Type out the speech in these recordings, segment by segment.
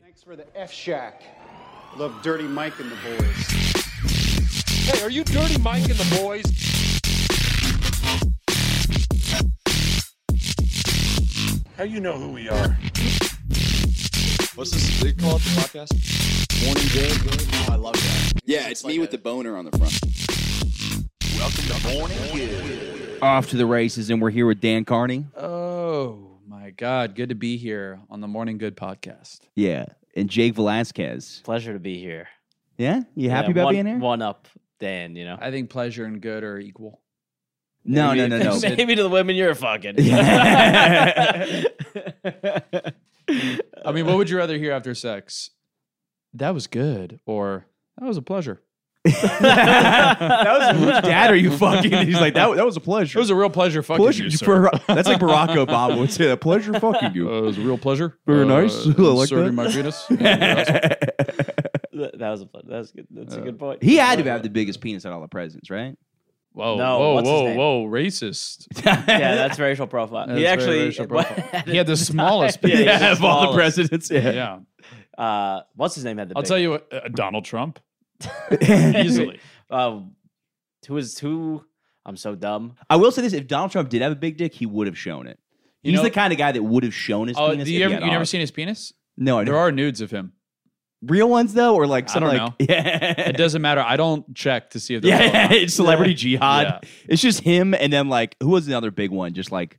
Thanks for the F Shack. Love Dirty Mike and the boys. Hey, are you Dirty Mike and the boys? How you know who we are? What's this? They call it the podcast? Morning Good. I love that. Yeah, it's me with the boner on the front. off to the races, and we're here with Dan Carney. Uh, Oh my God. Good to be here on the Morning Good podcast. Yeah, and Jake Velasquez. Pleasure to be here. Yeah, you happy Yeah, about one, being here? One up, Dan. You know. I think pleasure and good are equal. no, no, no, maybe- no, Maybe to the women you're fucking. Yeah. I mean, Uh, what would you rather hear after sex? That was good or that was a pleasure. that was which dad are you fucking? He's like that. That was a It pleasure. was a real pleasure fucking pleasure. you, you sir. Barack- that's like Barack Obama would say. A pleasure fucking Uh, you. it was a real pleasure. Very nice. I like serving that. my penis. Yeah, that that was a that was good. That's a good point. Uh, he had to have the biggest penis out of all the presidents, right? whoa, No, whoa, what's his whoa, name? whoa, racist. yeah, that's racial profile. That's he very actually racial profile. He had the smallest Yeah, penis. he had the smallest. presidents. yeah. Uh, what's his name had the? I'll big- tell you what, uh, Donald Trump Easily. easily. Um, who is who? I'm so dumb. I will say this: if Donald Trump did have a big dick, he would have shown it. You He's know- the kind of guy that would have shown his Oh, penis. do if you he ever, had you never odds. seen his penis? No, I There never. are nudes of him. real ones though, or like I some don't like know. yeah. It doesn't matter. I don't check to see if they're Yeah, real or it's celebrity jihad. Yeah. It's just him, and then like who was the other big one? Just like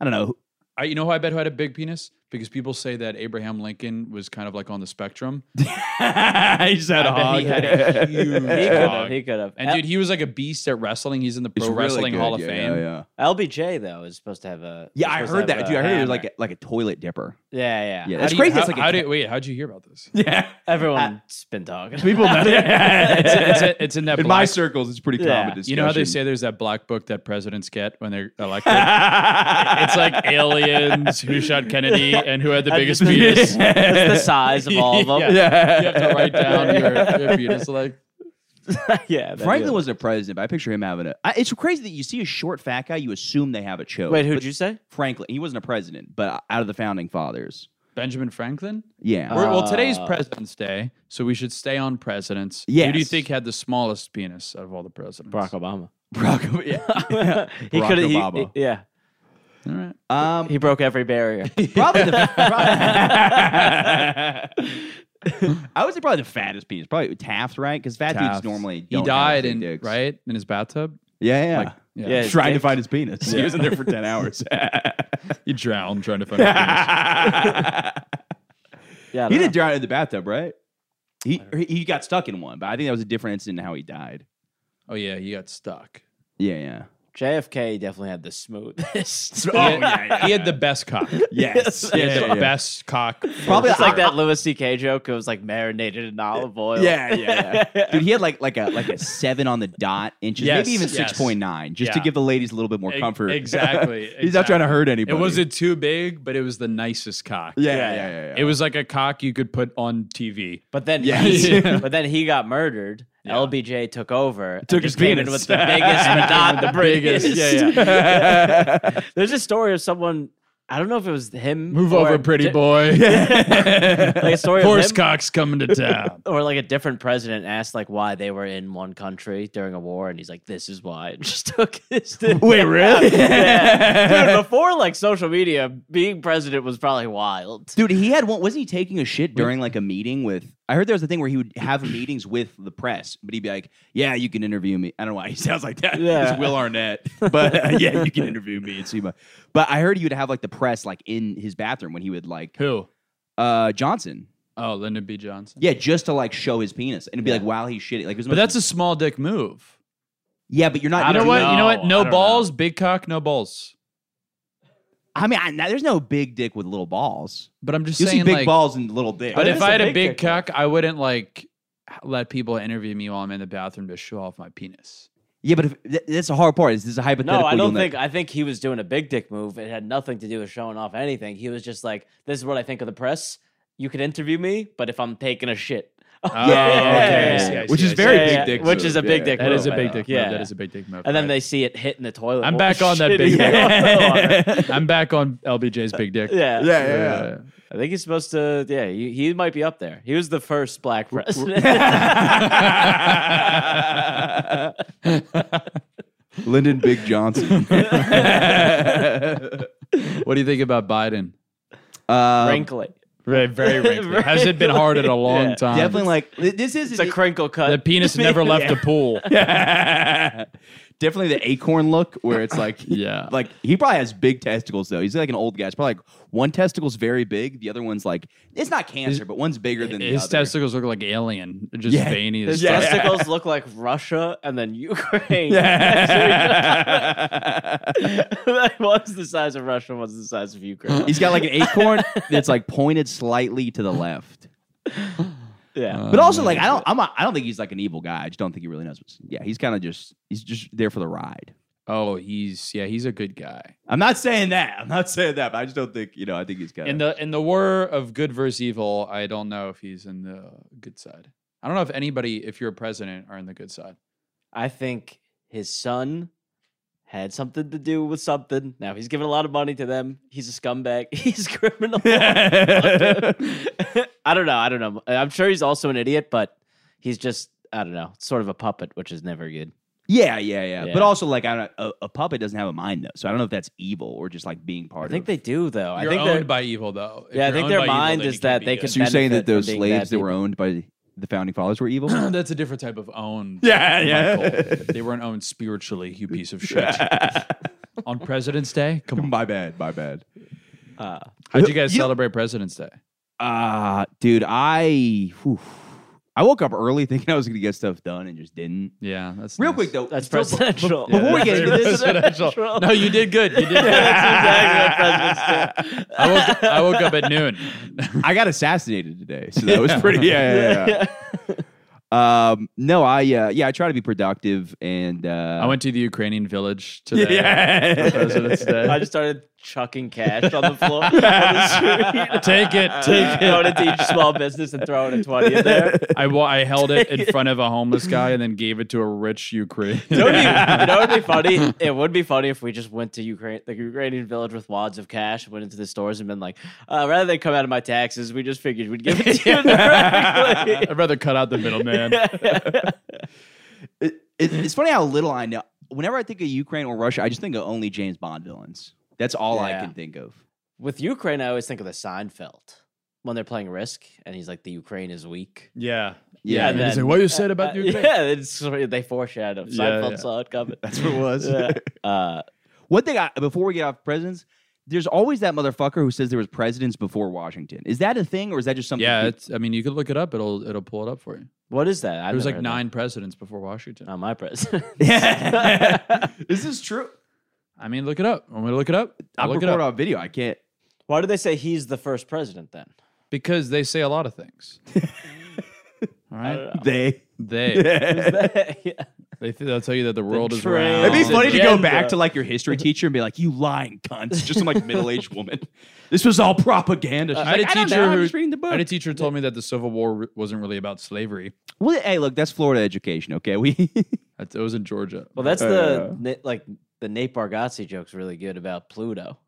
I don't know. not. I, you know who I bet who had a big penis? Because people say that Abraham Lincoln was kind of like on the spectrum. He's had I bet he had a huge He could have. hog. He could have. And dude, he was like a beast at wrestling. He's in the Pro It's really Wrestling good. Hall of Yeah, Fame. Yeah, yeah. LBJ though is supposed to have a. Yeah, is I supposed heard to have that, a dude. I heard it was like a, hammer. like a toilet dipper. Yeah, yeah. How Yeah, that's do you- crazy. How, it's like how a, do- wait, how'd you hear about this? yeah, Everyone's been talking. people know it's, it's, that. it's in that In my black. circles, it's pretty Yeah. common. Discussion. You know how they say there's that black book that presidents get when they're elected. it's it's like aliens who shot Kennedy and who had the That's biggest the- penis. that's the size of all of them. Yeah. yeah. You have to write down your, your penis like yeah, that- Franklin wasn't a president, but I picture him having it. It's crazy that you see a short fat guy, you assume they have a choke. Wait, But who'd you say? Franklin, he wasn't a president, but out of the founding fathers. Benjamin Franklin. Yeah. We're- well, today's Uh, President's Day, so we should stay on presidents. Who do you Yes. think had the smallest penis out of all the presidents? Barack Obama. Barack Obama. Yeah. he Barack could have. Obama. yeah, All right. Um, he broke every barrier. probably the. probably- I would say probably the fattest penis, probably Taft, right? Because fat Taft. dudes normally he don't died have big in dicks. right in his bathtub. Yeah, yeah. Yeah. Yeah, trying to dick. find his penis. He was in there for ten hours. he drowned trying to find. a penis. Yeah, I he don't didn't drown in the bathtub, right? He he he got stuck in one, but I think that was a different incident in how he died. Oh yeah, he got stuck. Yeah, yeah. know. JFK definitely had the smoothest. Oh, yeah, He had the best cock. Yes. He had the best cock. Probably it's like that Louis C.K. joke. It was like marinated in olive oil. Yeah, yeah, yeah. Dude, he had like like a like a seven on the dot inches, Yes, maybe even yes. six point nine, just to Yeah. give the ladies a little bit more E- comfort. exactly, He's not trying to hurt anybody. It wasn't too big, but it was the nicest cock. Yeah, yeah, yeah. yeah, yeah. It was like a cock you could put on TV. But then, Yeah. he, Yeah. but then he got murdered. LBJ took over. and Took just his came in penis. with the biggest, but not the biggest. Yeah, There's a story of someone. I don't know if it was him. Move or over, a pretty di- boy. Like a story of Horse him, cock's coming to town. or like a different president asked like why they were in one country during a war, and he's like, "This is why." And just took his. thing. Wait, really? Yeah. Dude, before like social media, being president was probably wild. Dude, he had one. Wasn't he taking a shit during like a meeting with? I heard there was a thing where he would have meetings with the press, but he'd be like, "Yeah, you can interview me." I don't know why he sounds like that. Yeah. It's Will Arnett, but uh, yeah, you can interview me and see my. But I heard he would have like the press like in his bathroom when he would like Who? uh Johnson, Oh, Lyndon B. Johnson. yeah, just to like show his penis and it'd be like while he's shitting. Like, it was But that's a small dick move. yeah, but you're not. You know you're what? not- You know what? know. I No don't balls, big cock, no balls. I mean, I, now there's no big dick with little balls. But I'm just You see saying, big like, balls and little dick. but There if is a I had a big big dick move. cock, I wouldn't like let people interview me while I'm in the bathroom to show off my penis. yeah, but if, th- that's the hard part. Is this is a hypothetical? No, I you'll don't ne- think. I think he was doing a big dick move. It had nothing to do with showing off anything. He was just like, "This is what I think of the press. You could interview me, but if I'm taking a shit, Oh, Yeah. okay. I see, I see, Which I is see. very Yeah, big yeah, dick. which move, is a big yeah. dick That is a move. big dick Yeah. move. That is a big dick move. And then right. they see it hit in the toilet. I'm Well, back on that shit, big yeah. dick. I'm back on LBJ's big dick. yeah. Yeah, yeah, yeah. I think he's supposed to. Yeah, he, he might be up there. He was the first black president. Lyndon Big Johnson. What do you think about Biden? Um, Wrinkly. Very, very wrinkly. Hasn't been hard in a long Yeah. time. Definitely like th- this is It's a crinkle cut. The penis never left the pool. definitely the acorn look where it's like Yeah. like he probably has big testicles though. He's like an old guy. It's probably like one testicle's very big, the other one's like it's not cancer, but one's bigger than His the other. testicles look like alien. They're just Yeah. veiny as His fuck. testicles look like Russia and then Ukraine. one's the size of Russia, one's the size of Ukraine. He's got like an acorn that's like pointed slightly to the left. Uh, Yeah. But also, like, I don't, I'm, not, I don't think he's like an evil guy. I just don't think he really knows. What's, yeah, he's kind of just, he's just there for the ride. Oh, he's yeah, he's a good guy. I'm not saying that. I'm not saying that. But I just don't think, you know, I think he's kind In the in the war of good versus evil, I don't know if he's in the good side. I don't know if anybody, if you're a president, are in the good side. I think his son had something to do with something. Now he's giving a lot of money to them. He's a scumbag. He's a criminal. I don't know. I don't know. I'm sure he's also an idiot, but he's just I don't know, sort of a puppet, which is never good. yeah, yeah, yeah, Yeah. But also, like, I don't, a, a puppet doesn't have a mind though, so I don't know if that's evil or just like being part I of. think they do though. You're I think owned they're by evil, though. If Yeah, I you're think owned their by evil, mind then is you can't that be they good. can So you're saying that benefit from those being slaves bad that were people. owned by the founding fathers were evil? That's a different type of owned. Yeah, yeah. Michael. they weren't owned spiritually, you piece of shit. on President's Day? Come on. my bad, my bad. How'd you guys You- celebrate President's Day? Uh dude, I, whew. I woke up early thinking I was gonna get stuff done and just didn't. Yeah, that's Real nice. quick though, that's still- presidential. before we get into this, presidential. No, you did good. You did good. That's exactly what presidents do. I woke, I woke up at noon. I got assassinated today, so that was pretty. Yeah, yeah, yeah. Um, no, I uh, yeah, I try to be productive and uh, I went to the Ukrainian village today. Yeah, President's Day. I just started chucking cash on the floor. on the street. Take it, take it. Throwing it to each small business and throwing a 20 in there. I, wa- I held it in front of a homeless guy and then gave it to a rich Ukrainian. It would be, you know what would be funny? It would be funny if we just went to Ukraine, the Ukrainian village with wads of cash, went into the stores and been like, uh, rather than come out of my taxes, we just figured we'd give it to you directly. I'd rather cut out the middleman. It, it, it's funny how little I know. Whenever I think of Ukraine or Russia, I just think of only James Bond villains. That's all I Yeah. can think of. With Ukraine, I always think of the Seinfeld when they're playing Risk and he's like, the Ukraine is weak. Yeah. Yeah, And then- he's like, what you said Uh, about Ukraine? Yeah, it's, sort of- they foreshadow. Yeah, Seinfeld yeah. saw it coming. that's what it was. Yeah. Uh, One thing I, before we get off presidents, there's always that motherfucker who says there was presidents before Washington. Is that a thing, or is that just something? Yeah, peop- it's, I mean, you could look it up. It'll it'll pull it up for you. what is that? I've There was never like heard that. nine presidents before Washington. Not my president. Yeah. is this true? I mean, look it up. I'm gonna look it up. I'm look it recording up on video. I can't. Why do they say he's the first president then? because they say a lot of things. All right, They. they yeah. they th- they'll tell you that the world is train. round. It'd be Um, funny to go agenda. back to like your history teacher and be like, "You lying cunts!" Just some like middle-aged woman. This was all propaganda. She's I had like, a "I don't teacher know, I'm who- just reading the I had a book. teacher who told me that the Civil War re- wasn't really about slavery. Well, hey, look, that's Florida education. Okay, we. That's, it was in Georgia. Well, that's the Na- like the Nate Bargatze joke's really good about Pluto.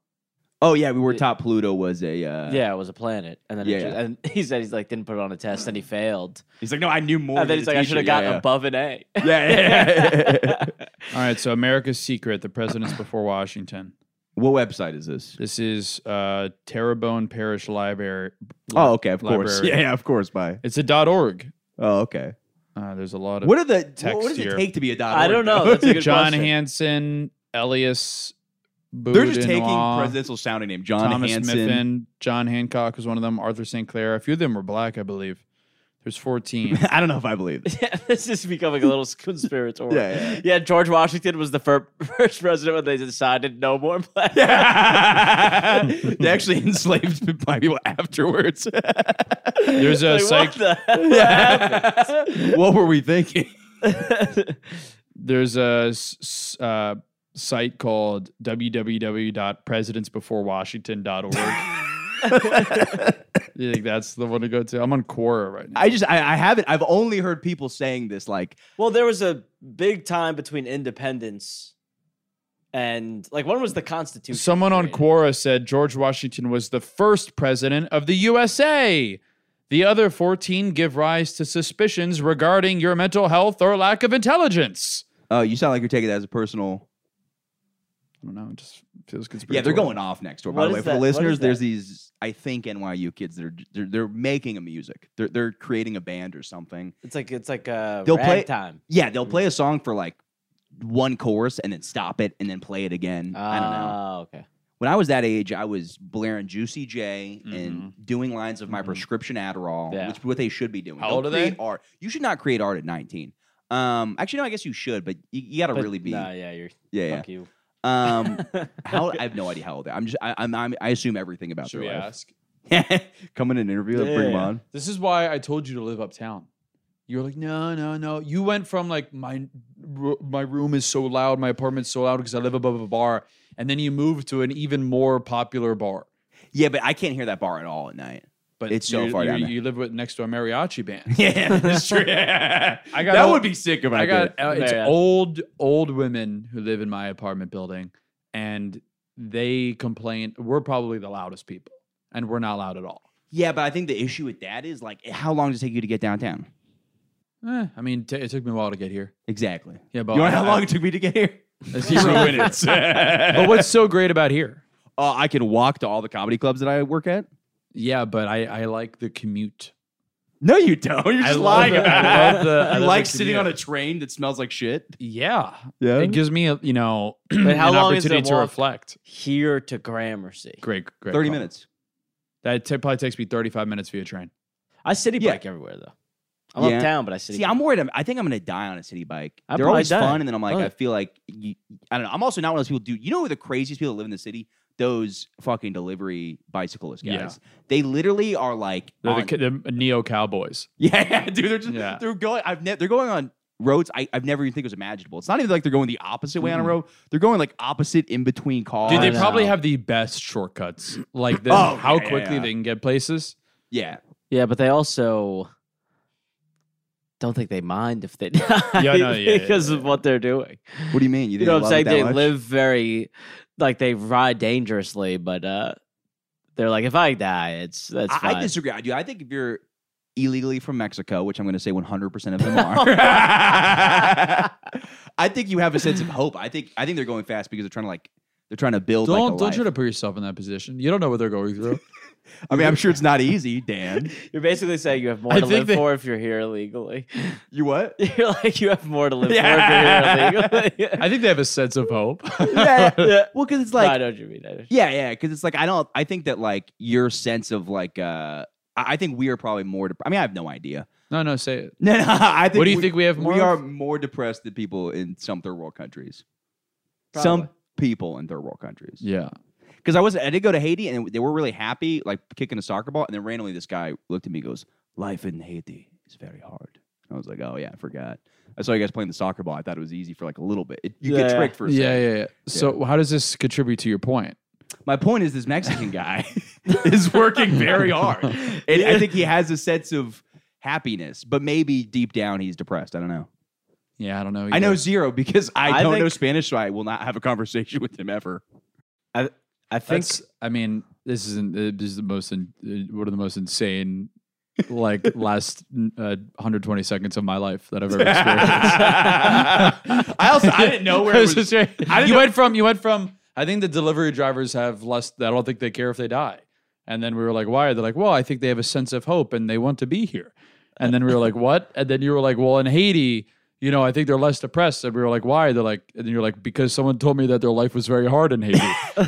oh yeah, we were taught Pluto was a. Uh, yeah, it was a planet, and then it yeah, ju- yeah. and he said he's like didn't put it on a test, and he failed, He's like, no, I knew more. and Oh, then than he's the like I teacher." should have Yeah, gotten above an A. Yeah, yeah. yeah, yeah. All right, so America's Secret: The Presidents Before Washington. what website is this? This is uh, Terrebonne Parish Library. Oh, okay, of course. Library. Yeah, yeah, of course. Bye. It's a dot .org. Oh, okay. Uh, there's a lot of What are the what, Text what does here. it take to be a dot? I org, don't know. though? That's a good John question. Hanson, Elias. They're just taking Boudinois. presidential sounding name. John Thomas Hanson. Miffin, John Hancock was one of them. Arthur St. Clair. A few of them were black, I believe. There's 14. I don't know if I believe it. Yeah, this is becoming a little conspiratorial. Yeah, yeah, yeah. George Washington was the fir- first president when they decided no more black. they actually enslaved black people afterwards. There's a Like, psych. what the hell? what were we thinking? There's a s- s- uh, site called www.presidentsbeforewashington.org. You think that's the one to go to? I'm on Quora right now. I just I, I haven't. I've only heard people saying this like Well, there was a big time between independence and like when was the Constitution? Someone on created? Quora said George Washington was the first president of the USA. The other 14 give rise to suspicions regarding your mental health or lack of intelligence. Oh, you sound like you're taking that as a personal. I don't know. It just feels conspiratorial. Yeah, they're going off next door. By What the is way, for that? the What listeners, is there's that? these I think NYU kids that are they're, they're making a music. They're they're creating a band or something. It's like it's like uh They'll play- time. Yeah, they'll play a song for like one chorus and then stop it and then play it again. I don't know. Ah, okay. When I was that age, I was blaring Juicy J Mhm. and doing lines of my Mhm. prescription Adderall, Yeah. which is what they should be doing. How Don't old are they? create Art. You should not create art at 19. Um, actually, no, I guess you should, but you, you got to But really be. Nah, yeah, you're yeah, fuck you. yeah. Um, How I have no idea how old they. I'm just I, I'm, I'm I assume everything about Should we their ask? life. Come in an interview, yeah. bring 'em Yeah. on. This is why I told you to live uptown. You were like, no, no, no. You went from like my ru- my room is so loud, my apartment's so loud because I live above a bar, and then you moved to an even more popular bar. Yeah, but I can't hear that bar at all at night. But It's so you- far you, down there. You live with next to a mariachi band. Yeah, that's true. I got that a- would be sick if I, I got did. uh, it's Yeah. old old women who live in my apartment building, and they complain. We're probably the loudest people, and we're not loud at all. Yeah, but I think the issue with that is like, how long does it take you to get downtown? Eh, I mean, t- it took me a while to get here. Exactly. Yeah, but you know I- how I- long it took me to get here? Zero minutes. but what's so great about here? Uh, I can walk to all the comedy clubs that I work at. Yeah, but I, I like the commute. No, you don't. You're just love lying the- I about love it. the- I love you the like sitting commute. on a train that smells like shit. Yeah, Yeah. it gives me a, you know But how an long is the opportunity to walk? reflect. Here to Gramercy. Great, great. Thirty call. minutes. That t- probably takes me thirty five minutes via train. I city Yeah. bike everywhere though. I'm Yeah. uptown, but I city. See, I'm worried. I'm, I think I'm gonna die on a city bike. I'd They're probably always die. fun, and then I'm like, Oh, I yeah. feel like you, I don't know. I'm also not one of those people. Dude, you know who the craziest people that live in the city? Those fucking delivery bicyclist guys. Yeah. They literally are like, They're on- the, the neo cowboys. yeah, dude. They're just Yeah. they're going. I've ne- they're going on roads I, I've never even think was imaginable. It's not even like they're going the opposite way on a Mm-mm. road. They're going like opposite in between cars. Dude, I they know. probably have the best shortcuts. Like the, Oh, how yeah, quickly yeah. they can get places. Yeah. Yeah, but they also don't think they mind if they die no, yeah, yeah, because yeah, of what they're doing. What do you mean? You know what I'm saying? They live. live very, like they ride dangerously, but uh, they're like, if I die, it's that's I, I fine. disagree. I do. I think if you're illegally from Mexico, which I'm going to say 100 percent of them are, I think you have a sense of hope. I think I think they're going fast because they're trying to like they're trying to build. like, a Don't don't life. try to put yourself in that position. You don't know what they're going through. I mean, I'm sure it's not easy, Dan. You're basically saying you have more I to think live they- for if you're here illegally. You what? You're like, you have more to live Yeah. for if you're here illegally. I think they have a sense of hope. yeah. yeah. Well, because it's No, I like know what you mean. I know. yeah, yeah. Because it's like I don't. I think that like your sense of like uh, I, I think we are probably more. dep I mean, I have no idea. no, no, say it. No, no. I think. What do you we, think we have more? We are of? more depressed than people in some third world countries. Some Probably. people in third world countries. Yeah. because I was I did go to Haiti and they were really happy, like kicking a soccer ball, and then randomly this guy looked at me and goes, "Life in Haiti is very hard." And I was like, "Oh yeah, I forgot." I saw you guys playing the soccer ball. I thought it was easy for like a little bit. It, you get Yeah. tricked for a Yeah, second. yeah, yeah. So how does this contribute to your point? My point is, this Mexican guy is working very hard, and I think he has a sense of happiness, but maybe deep down he's depressed. I don't know. Yeah, I don't know. I know either. zero because I, I don't think- know Spanish, so I will not have a conversation with him ever. I think That's, I mean, this isn't. This is the most in, uh, one of the most insane, like last uh, 120 seconds of my life that I've ever experienced. I also I didn't know where it I was. just saying, you went from you went from. I think the delivery drivers have less. I don't think they care if they die. And then we were like, why? They're like, well, I think they have a sense of hope and they want to be here. And then we were like, what? And then you were like, well, in Haiti, you know, I think they're less depressed. And we were like, why? They're like, and you're like, because someone told me that their life was very hard in Haiti.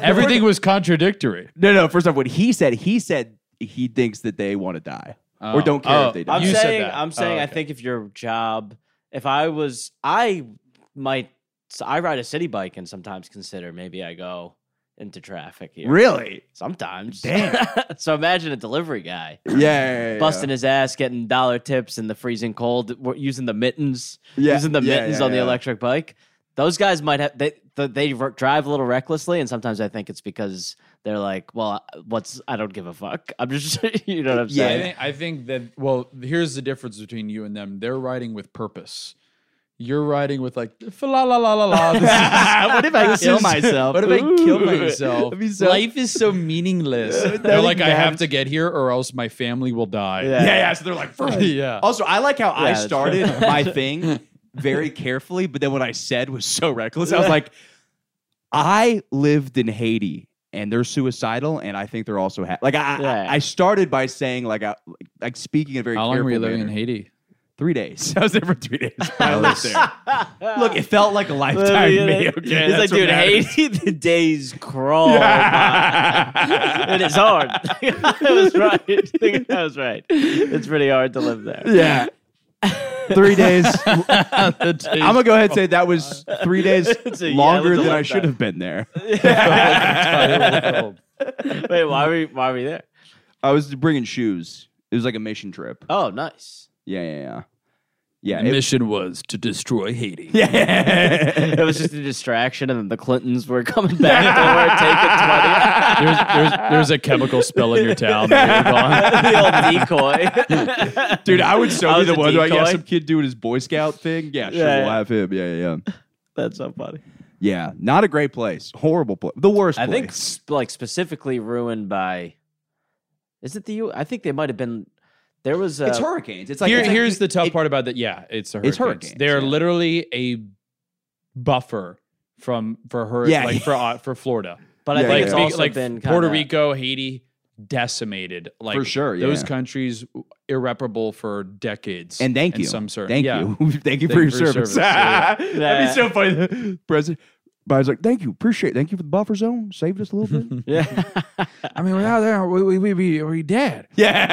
Everything was contradictory. No, no. First off, what he said, he said he thinks that they want to die or Oh. don't care Oh, if they die. I'm You said saying, that. I'm saying, Oh, I okay. think if your job, if I was, I might, so I ride a city bike and sometimes consider maybe I go into traffic here. really? Sometimes. Damn. so imagine a delivery guy Yeah, yeah, yeah, busting his ass, getting dollar tips in the freezing cold, w- using the mittens, Yeah, using the yeah, mittens yeah, on the yeah. electric bike. Those guys might have they th- they r- drive a little recklessly, and sometimes I think it's because they're like, well, what's I don't give a fuck. I'm just you know what I'm I saying. think, I think that well, here's the difference between you and them. They're writing with purpose. You're writing with like fa la la la la la. This is- what if I this kill is- myself? What if I kill Ooh. myself? That'd be so- Life is so meaningless. they're like, I have to get here or else my family will die. Yeah. Yeah, yeah. So they're like, "Fuck." Uh, Yeah. Also, I like how I that's started my thing very carefully, but then what I said was so reckless. I was like, I lived in Haiti and they're suicidal, and I think they're also ha-. like I, I- Yeah. I started by saying like I, like speaking in a very How long were you careful living in manner. Haiti? Three days. I was there for three days. I lived there. Look, it felt like a lifetime to me. Okay, it's like, that's what dude, matters. Haiti, the days crawl. Oh, by. it is hard. I was right. I think I was right. It's pretty hard to live there. Yeah. Three days. I'm I'm gonna go ahead and say that was three days Oh, It's a- yeah, longer it's a than I lifetime. should have been there. Wait, why were we, why were we there? I was bringing shoes. It was like a mission trip. Oh, nice. Yeah, yeah, yeah. Yeah, it- Mission was to destroy Haiti. yeah. It was just a distraction, and then the Clintons were coming back. they There's, there's, there's a chemical spill in your town. were taking 20. the old decoy. Dude, I would so I be was the a one. Like, yeah, decoy. some kid doing his Boy Scout thing. Yeah, sure, Yeah, we'll yeah. have him. Yeah, yeah, yeah. That's so funny. Yeah, not a great place. Horrible place. The worst I place. think sp- like specifically ruined by. Is it the U? I think they might have been. There was a. it's hurricanes. It's like, Here, it's like- here's the tough it- part about that. Yeah, it's the hurricanes. It's hurricanes, They're yeah. literally a buffer from for her, Yeah. like for uh, for Florida. but I Yeah, think like it's big- also like been Puerto kinda- Rico, Haiti, decimated. Like For sure, those yeah. countries irreparable for decades. And thank in you. Some sort. Thank yeah. you. thank you Thank for your you for your service. service, yeah. That'd be so funny. President Biden's like, thank you. Appreciate it. Thank you for the buffer zone. Saved us a little bit. Yeah. I mean, without them, we we we we, we dead.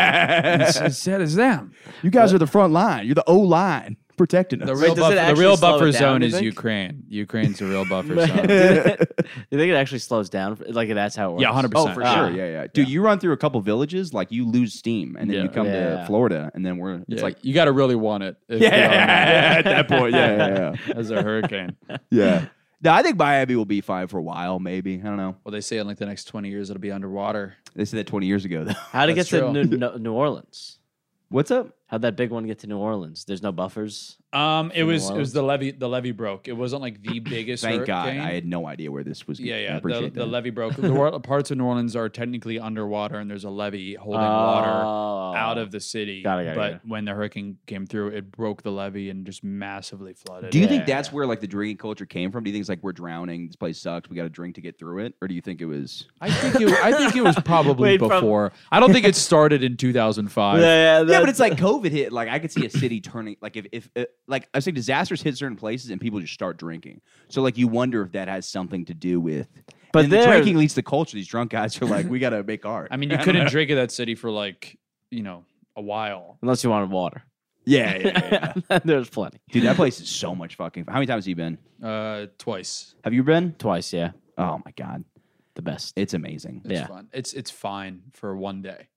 yeah. sad as them. you guys are the front line. You're the O line protecting us. The real, does it buffer, the actually real slow it buffer down, zone you is think? Oh, Ukraine. Ukraine's the real buffer do, zone. you think, do you think it actually slows down? Like that's how it works. Yeah, 100%. Oh, for Ah. sure. Yeah, yeah. Dude, you run through a couple villages, like you lose steam, and then Yeah. you come to Yeah. Florida, and then we're it's Yeah, like you got to really want it. if you're on at that point. Yeah, yeah, yeah. that As a hurricane. yeah. No, I think Miami will be fine for a while, maybe. I don't know. Well, they say in like the next 20 years it'll be underwater. They said that 20 years ago, though. How'd it get That's to true. New, New- New Orleans? What's up? How'd that big one get to New Orleans? There's no buffers. Um, it New was it Orleans. was the levee the levee broke. It wasn't like the biggest. Thank God. hurricane. I had no idea where this was. yeah, I yeah. The, appreciate the that. levee broke. The wor- parts of New Orleans are technically underwater, and there's a levee holding water Oh. out of the city. Got it, got it, but got it. when the hurricane came through, it broke the levee and just massively flooded. Do you it. think that's where like the drinking culture came from? Do you think it's like we're drowning, this place sucks, we got to drink to get through it, or do you think it was? I think it, I think it was probably Wait, from- before. I don't think it started in 2005. Yeah, Yeah, but it's like COVID hit. Like I could see a city turning. Like if if uh, like I was saying, disasters hit certain places and people just start drinking. So like you wonder if that has something to do with. But and the there- drinking leads to culture. These drunk guys are like, we gotta make art. I mean, you couldn't drink at that city for like you know a while. unless you wanted water. yeah, yeah, yeah. There's plenty. dude, that place is so much fucking. How many times have you been? Uh, twice. Have you been? Twice, yeah, Oh my god, the best. it's amazing. It's Yeah. fun. It's it's fine for one day.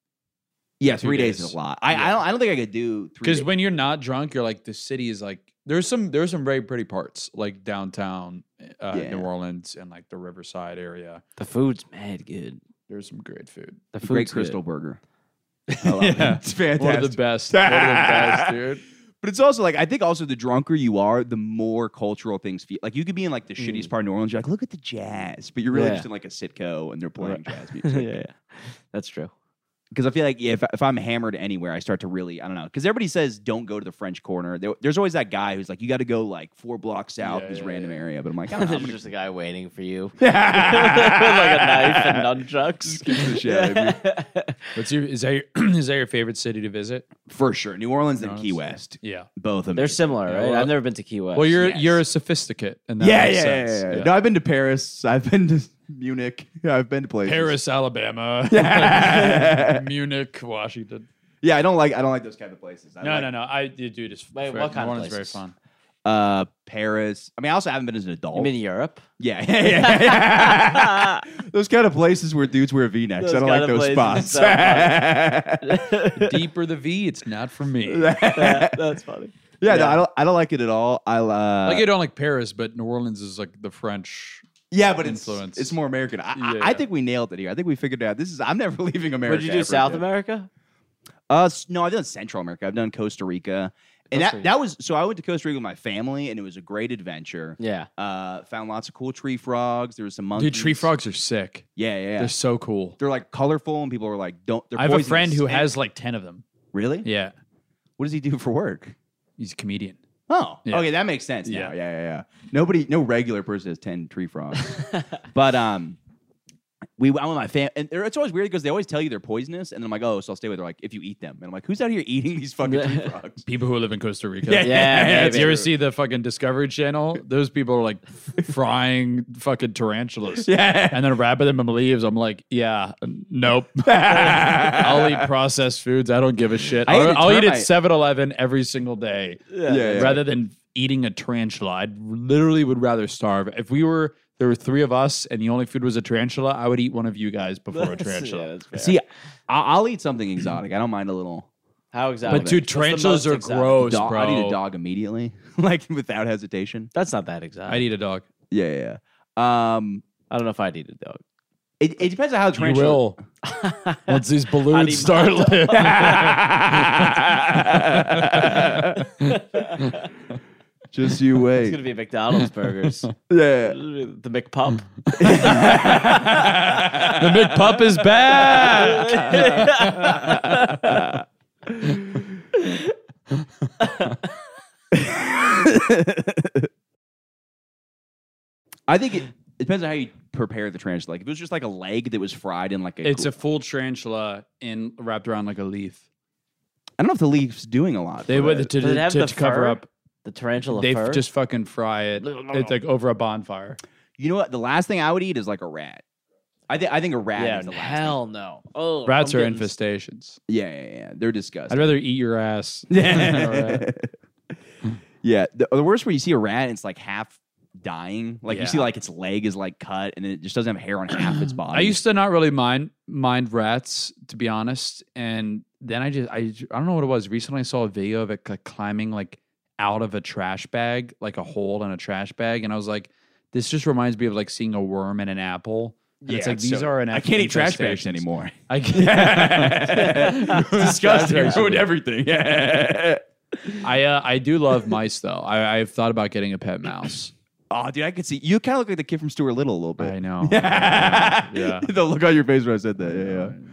Yeah, Two three days. days. is a lot. I I, don't, I don't think I could do three. Because days. when you're not drunk, you're like the city is like there's some there's some very pretty parts like downtown uh, Yeah. New Orleans and like the Riverside area. The food's mad good. There's some great food. The food's Great good. Crystal Burger. I love Yeah. it. It's fantastic. One of the best. one of the best, dude. But it's also like I think also the drunker you are, the more cultural things feel. Like you could be in like the shittiest part of New Orleans, you're like, look at the jazz, but you're really Yeah. just in like a sitco and they're playing jazz yeah, music. yeah, that's true. Because I feel like yeah, if if I'm hammered anywhere, I start to really I don't know. Because everybody says don't go to the French Corner. There- there's always that guy who's like, you got to go like four blocks out Yeah, this yeah, random yeah. area. But I'm like, I don't know, There's I'm gonna- just a guy waiting for you with like a knife and nunchucks. kicks the shit out of What's your is that your, is that your favorite city to visit? for sure, New Orleans No, and it's- Key West, Yeah. both of them. They're similar, Yeah, right? well- I've never been to Key West. Well, you're yes. you're a sophisticate, and that yeah, makes yeah, yeah, sense. yeah, yeah. No, I've been to Paris. I've been to Munich. I've been to places. Paris, Alabama, Munich, Washington. Yeah, I don't like I don't like those kind of places. I No, like, no, no. I dude, it's Wait, fr- what kind of New Orleans is very places? fun. uh Paris. I mean, I also haven't been as an adult. You mean Europe? yeah, yeah, yeah, yeah. those kind of places where dudes wear V-necks. Those I don't like kind of those spots. places and Deeper the V, it's not for me. That's funny. yeah, no, I don't. I don't like it at all. I uh, like I don't like Paris, but New Orleans is like the French Yeah, but it's Influence. it's more American. I, I- Yeah. I think we nailed it here. I think we figured it out this is I'm never leaving America. Would you do ever South again. America? Uh, s- no, I've done Central America. I've done Costa Rica, and Costa that, that was so. I went to Costa Rica with my family, and it was a great adventure. Yeah. Uh, found lots of cool tree frogs. There was some monkeys. Dude, tree frogs are sick. Yeah, yeah. yeah. They're so cool. They're like colorful, and people are like, "Don't." They're I have a poisonous. friend who And- has like 10 of them. really. Yeah. What does he do for work? He's a comedian. Oh, Yeah. okay, that makes sense. Yeah, Yeah. yeah, yeah, yeah. Nobody, no regular person has ten tree frogs. but um, we I went with my fam, and they're- it's always weird because they always tell you they're poisonous, and then I'm like, oh, so I'll stay with. They're like, if you eat them, and I'm like, who's out here eating these fucking tree frogs? People who live in Costa Rica. Yeah, Yeah, Do you ever maybe. see the fucking Discovery Channel? Those people are like frying fucking tarantulas. Yeah. And then wrapping them in leaves. I'm like, yeah, nope. I'll eat processed foods. I don't give a shit. I ate I'll, a I'll eat at termite. 7 Eleven every single day Yeah, yeah. rather than eating a tarantula. I literally would rather starve. If we were, there were three of us and the only food was a tarantula, I would eat one of you guys before a tarantula. Yeah, that's fair. See, I- I'll eat something exotic. I don't mind a little. How exactly? But dude, tarantulas are gross, Dog. bro. I need a dog immediately, like without hesitation. That's not that exotic. I need a dog. Yeah, yeah, yeah. Um, I don't know if I need a dog. it, it depends on how You tarantula. will once these need balloons start lifting. Just you It's gonna wait. be McDonald's burgers. Yeah. the McPump. the McPup is back. I think it, it depends on how you prepare the tarantula. Like if it was just like a leg that was fried in like a. It's cool- a full tarantula in wrapped around like a leaf. I don't know if the leaf's doing a lot. They for would it. to, Does it to, have the to cover fur? up. The tarantula They fur. just fucking fry it. It's like over a bonfire. You know what? The last thing I would eat is like a rat. I think I think a rat yeah. is the last. Hell no. Oh, Rats I'm are getting- infestations. Thing. Yeah, yeah, yeah. They're disgusting. I'd rather eat your ass. uh, than a rat. yeah. The, the worst where you see a rat and it's like half dying. Like you see Yeah. like its leg is like cut and it just doesn't have hair on half its body. I used to not really mind mind rats, to be honest. And then I just I j- I don't know what it was. Recently, I saw a video of it like, climbing like out of a trash bag, like a hole in a trash bag, and I was like, this just reminds me of like seeing a worm in an apple. And it's like these are an I can't eat trash bags anymore. I can't. disgusting. Trash bags. Ruined everything. Yeah. I uh, I do love mice though. I, I've thought about getting a pet mouse. Oh, dude, I could see you kind of look like the kid from Stuart Little a little bit. I know. yeah. the look on your face when I said that. Yeah, yeah.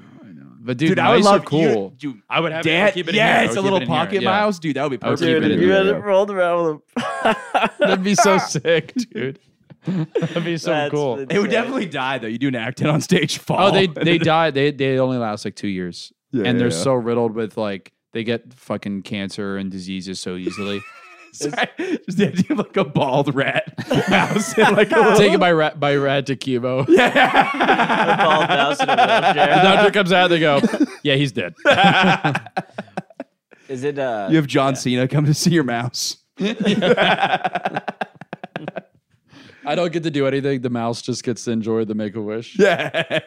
But dude, mice are cool. You, dude, I would have it- I would dad, keep it in here. I yeah, would it's keep a it little in here. pocket Yeah. mouse, dude. That would be I would perfect. keep it in Dude, here, you Yeah, had yeah. it rolled around with a. That'd be so sick, dude. That'd be so That's cool. the- It would definitely die though. You do an act and on stage fall. Oh, they they die. They they only last like two years, Yeah, and they're yeah. so riddled with like they get fucking cancer and diseases so easily. Sorry. Just the idea of like a bald rat mouse in like a little. Taken by rat by rat to chemo. Yeah. A bald mouse in a wheelchair. The doctor comes out. They go, yeah, he's dead. Is it uh? You have John Cena come to see your mouse. I don't get to do anything. The mouse just gets to enjoy the Make a Wish. Yeah.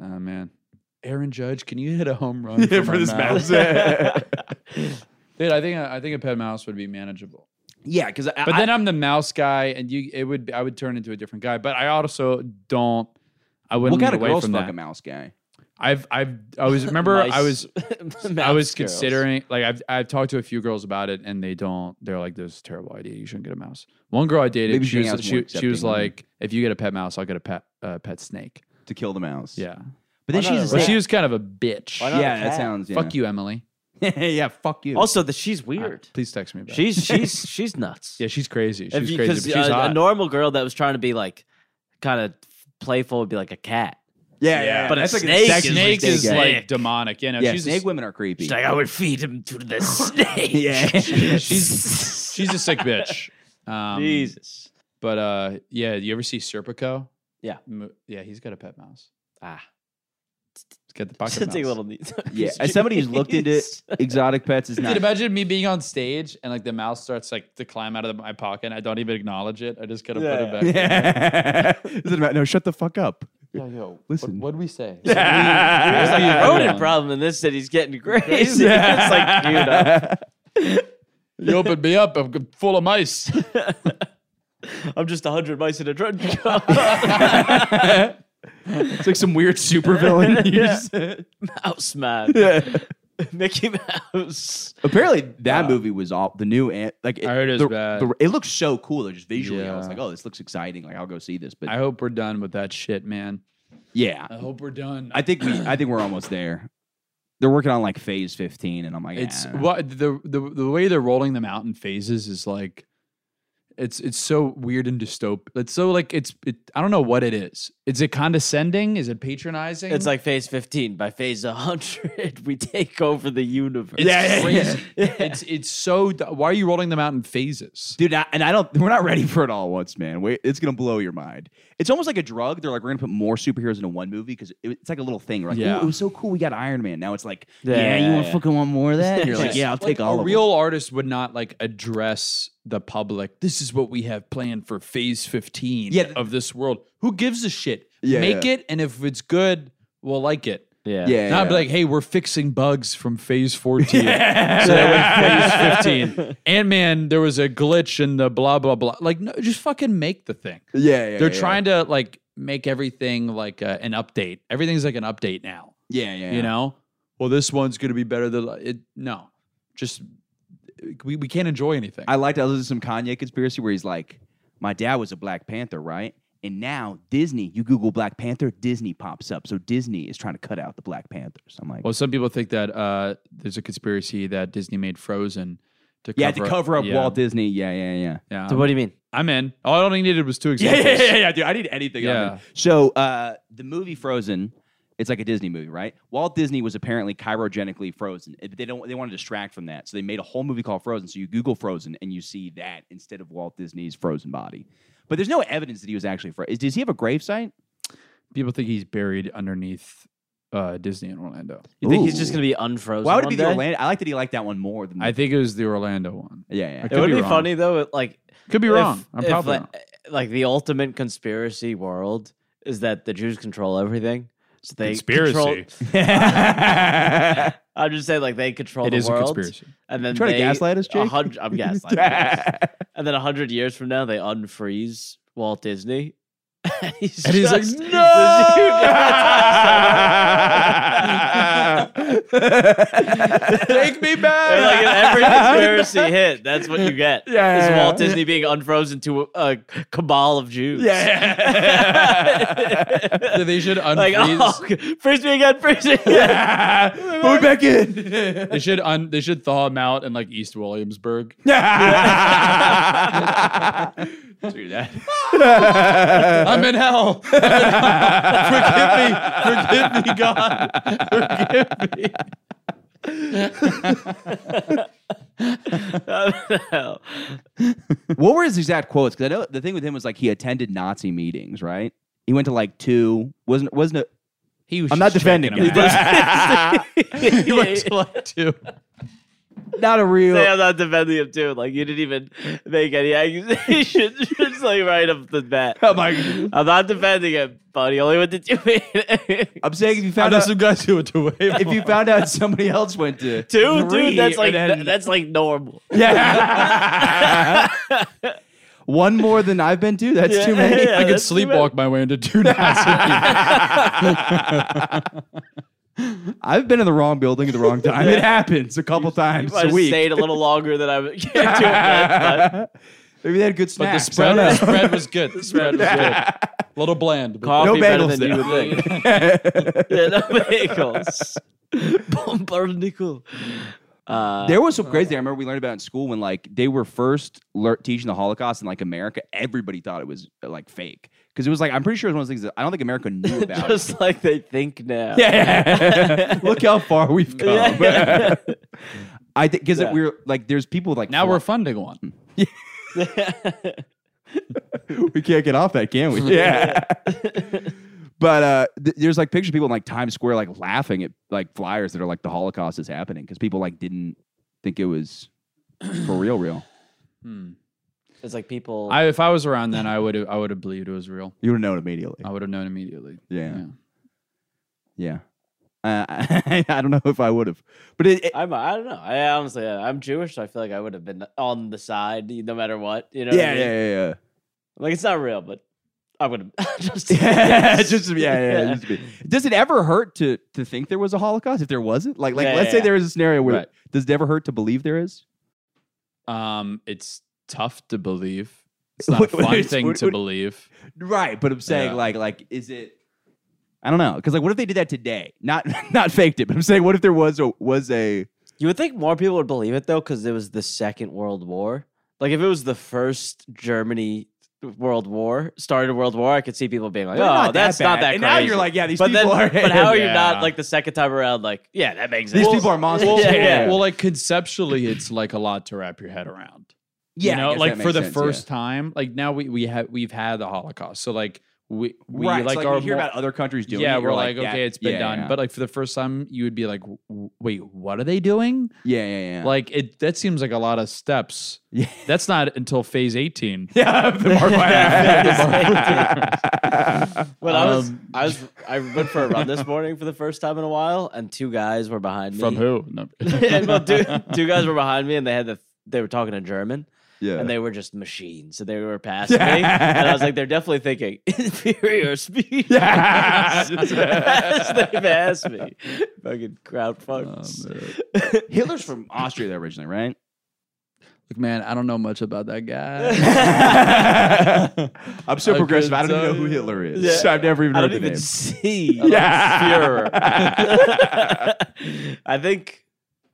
Oh man, Aaron Judge, can you hit a home run for, my mouse? Dude, I think I think a pet mouse would be manageable. yeah, because But then I'm the mouse guy, and you it would I would turn into a different guy. But I also don't. I what wouldn't kind get of away girls from fuck that. a mouse guy? I've I've I was remember I was I was considering. considering like I've I've talked to a few girls about it and they don't they're like this is a terrible idea you shouldn't get a mouse. One girl I dated Maybe she being out was is she, more she was accepting, maybe. like if you get a pet mouse I'll get a pet uh, pet snake. To kill the mouse. Yeah, But then Why not she's a but rat? she was kind of a bitch. Why not? yeah, a that cat? sounds yeah. Fuck you, Emily. yeah, fuck you. Also, that she's weird. Please text me back. She's she's she's nuts. yeah, she's crazy. If She's you- uh, crazy. But she's a, hot. a normal girl that was trying to be like kind of playful would be like a cat. yeah, yeah. But a That's like snake sexist is snake thing, is yeah. like demonic. You know, yeah, she's a snake women are creepy. She's like, I would feed him to the snake. Yeah. she's she's a sick bitch. Um, Jesus. But uh, yeah, you ever see Serpico? Yeah. M- yeah, he's got a pet mouse. Ah. He's got the pocket Just mouse. take a little neat. yeah, as somebody who's looked into exotic pets is Dude, not. imagine me being on stage and like the mouse starts like to climb out of my pocket. and I don't even acknowledge it. I just gotta put it back. Yeah. Is it about- no, shut the fuck up. Yo, yo, Listen. What, what'd we say? There's like a rodent Yeah. problem in this city's getting crazy. it's like, you know. you opened me up. I'm full of mice. I'm just a hundred mice in a drug job. It's like some weird supervillain. You Yeah. just- Mouse man. Mickey Mouse. Apparently, that movie was all the new. Ant, like, I heard it was the- bad. the- it looks so cool, though, just visually. I was Yeah. like, oh, this looks exciting. Like, I'll go see this. But I hope we're done with that shit, man. yeah, I hope we're done. I think we. I think we're almost there. They're working on like phase fifteen, and I'm like, it's "Ah." what the, the the way they're rolling them out in phases is like it's it's so weird and dystopian. It's so like it's it, I don't know what it is. Is it condescending? Is it patronizing? It's like phase 15. By phase 100, we take over the universe. it's crazy. it's it's so d- why are you rolling them out in phases? dude. I, and I don't. We're not ready for it all at once, man. Wait, it's gonna blow your mind. It's almost like a drug. They're like, we're gonna put more superheroes into one movie because it, it's like a little thing. We're like, Yeah. "Ooh, it was so cool. We got Iron Man. Now it's like, yeah, Yeah, you yeah, want yeah. fucking want more of that? And you're like, Yes. yeah, I'll take Like, all a of real artist would not like address the public. This is what we have planned for phase 15 Yeah, th- of this world. Who gives a shit? Yeah, Make yeah. it and if it's good, we'll like it. Yeah. them. Yeah, Not be yeah. like, hey, we're fixing bugs from phase 14. So that way phase 15. Ant Man, there was a glitch in the blah, blah, blah. Like, no, just fucking make the thing. yeah, yeah. They're yeah. trying to like make everything like uh, an update. Everything's like an update now Yeah, yeah. you know well this one's going to be better than it no just we, we can't enjoy anything I liked I listened to some Kanye conspiracy where he's like, My dad was a Black Panther, right? And now Disney, you Google Black Panther, Disney pops up. So Disney is trying to cut out the Black Panthers. I'm like, well some people think that uh, there's a conspiracy that disney made frozen to Yeah, cover to cover up yeah, Walt Disney. Yeah, yeah, yeah. yeah. So what do you mean? i'm in all i needed was two examples yeah, dude. I need anything. I'm in. So uh, the movie Frozen, it's like a Disney movie, right? Walt Disney was apparently chirogenically frozen. It- They don't. They want to distract from that, so they made a whole movie called Frozen. So you Google Frozen and you see that instead of Walt Disney's frozen body. But there's no evidence that he was actually frozen. Does he have a gravesite? people think he's buried underneath uh, disney in orlando You think he's Ooh. just going to be unfrozen? Why would it one be day? the Orlando? I like that he liked that one more than the, i think it was the orlando one yeah, yeah. I It Could would be be, wrong. funny, though. it- Like, could be if- wrong i'm if, probably like, wrong. like, the ultimate conspiracy world is that the Jews control everything. So they control- I'm just saying, like they control it the is a world, conspiracy and then trying to they, gaslight us, a Jake? hundred- I'm gaslighting. yes. And then a hundred years from now, they unfreeze Walt Disney. and he's, And he's like, just- Take me They're like if back. every conspiracy hit, that's what you get. Yeah, is Walt Disney being unfrozen to a, a cabal of Jews? So they should unfreeze like, oh, freeze me again, freeze me again. Put me back in. they should un- they should thaw him out in like east williamsburg Do that. I'm in hell. I'm in hell. Forgive me. Forgive me, God. Forgive me. No. what were his exact quotes? Because I know the thing with him was like he attended Nazi meetings, right? He went to like two. Wasn't wasn't it? He was I'm not defending him. He went to like two. not a real. Say I'm not defending him too. Like you didn't even make any accusations. Just like right up the bat. Oh my! I'm not defending him, but he only went to two meetings. I'm saying if you I found know out, some guys who went to way if you found out somebody else went to Two, three, dude, that's like and then- that's like normal. yeah, one more than I've been to. That's too many. Yeah, I could that's too bad. sleepwalk my way into two Nazi I've been in the wrong building at the wrong time. It happens a couple times I a week. stayed a little longer than I was. Yeah, two Maybe they had good But the snacks. spread, I the don't know. spread was good. The spread was good. A little bland. but- Coffee No better bagels than you there. would think. yeah, no bagels. Bombardico. Uh, There was some crazy. I remember we learned about in school when like they were first lear- teaching the Holocaust in like America. Everybody thought it was uh, like fake because it was like I'm pretty sure it was one of those things that I don't think America knew about. it. just like they think now. yeah, look how far we've come. Yeah. I think because Yeah. we're like there's people like Now fly- we're funding one. we can't get off that, can we? Yeah. but uh, th- there's like pictures of people in like Times Square like laughing at like flyers that are like the Holocaust is happening because people like didn't think it was for real, real. it's like people. I, if I was around then, I would I would have believed it was real. You would have known immediately. I would have known immediately. Yeah. Yeah. Uh, I don't know if I would have, but it, it- I'm, I don't know. I honestly, I'm Jewish, so I feel like I would have been on the side no matter what. You know? what I yeah, yeah, mean? yeah, yeah. Like it's not real, but I would just yeah, just yeah, yeah. yeah. just be- Does it ever hurt to to think there was a Holocaust if there wasn't? Like, like Yeah, let's yeah, say yeah. there is a scenario where Right. does it ever hurt to believe there is? Um, it's tough to believe. It's not a What- what fun is- thing what- to what- believe. Right, but I'm saying Yeah. like like is it? I don't know because like what if they did that today? Not not faked it, but I'm saying what if there was a was a You would think more people would believe it though, because it was the Second World War. Like if it was the first Germany World War started World War, I could see people being like, They're "Oh, not that that's not bad." that." And crazy. now you're like, yeah, these but people then, are- But how are you not Yeah. like the second time around? Like, yeah, that makes sense. these people are monsters? Well, Yeah, well, yeah. well, like conceptually, it's like a lot to wrap your head around. yeah, I you know, guess like that for makes the sense, yeah. first time, like now we we have we've had the Holocaust, so like we we right, like so, our you hear about other countries doing yeah, it, you're we're like, yeah, okay, it's been yeah, done, yeah. but like for the first time, you would be like, w- w- wait, what are they doing? yeah, yeah, yeah, Like it that seems like a lot of steps. yeah. That's not until phase eighteen. yeah, the Mark When I was, Um, I was, I went for a run this morning for the first time in a while, and two guys were behind me. From who? No. and, well, two, two guys were behind me, and they had the, they were talking in German. yeah, and they were just machines. So they were passing me, and I was like, they're definitely thinking inferior speed as they passed me. Fucking crowd fucks. Oh, Hitler's from Austria though, originally, right? Like, man, I don't know much about that guy. I'm so I progressive. I couldn't don't even know tell who you. Hitler is. Yeah. So I've never even I heard don't the even name. see. Yeah. Führer. I think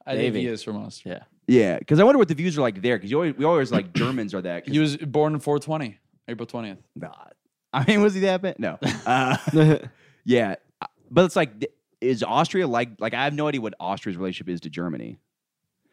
I think he Maybe. is from Austria. yeah, because I wonder what the views are like there. Because you always, we always like Germans are that. 'cause- He was born in 420, April 20th. Nah. I mean, was he that bad? No. Uh, yeah, Uh, but it's like, th- is Austria like like I have no idea what Austria's relationship is to Germany.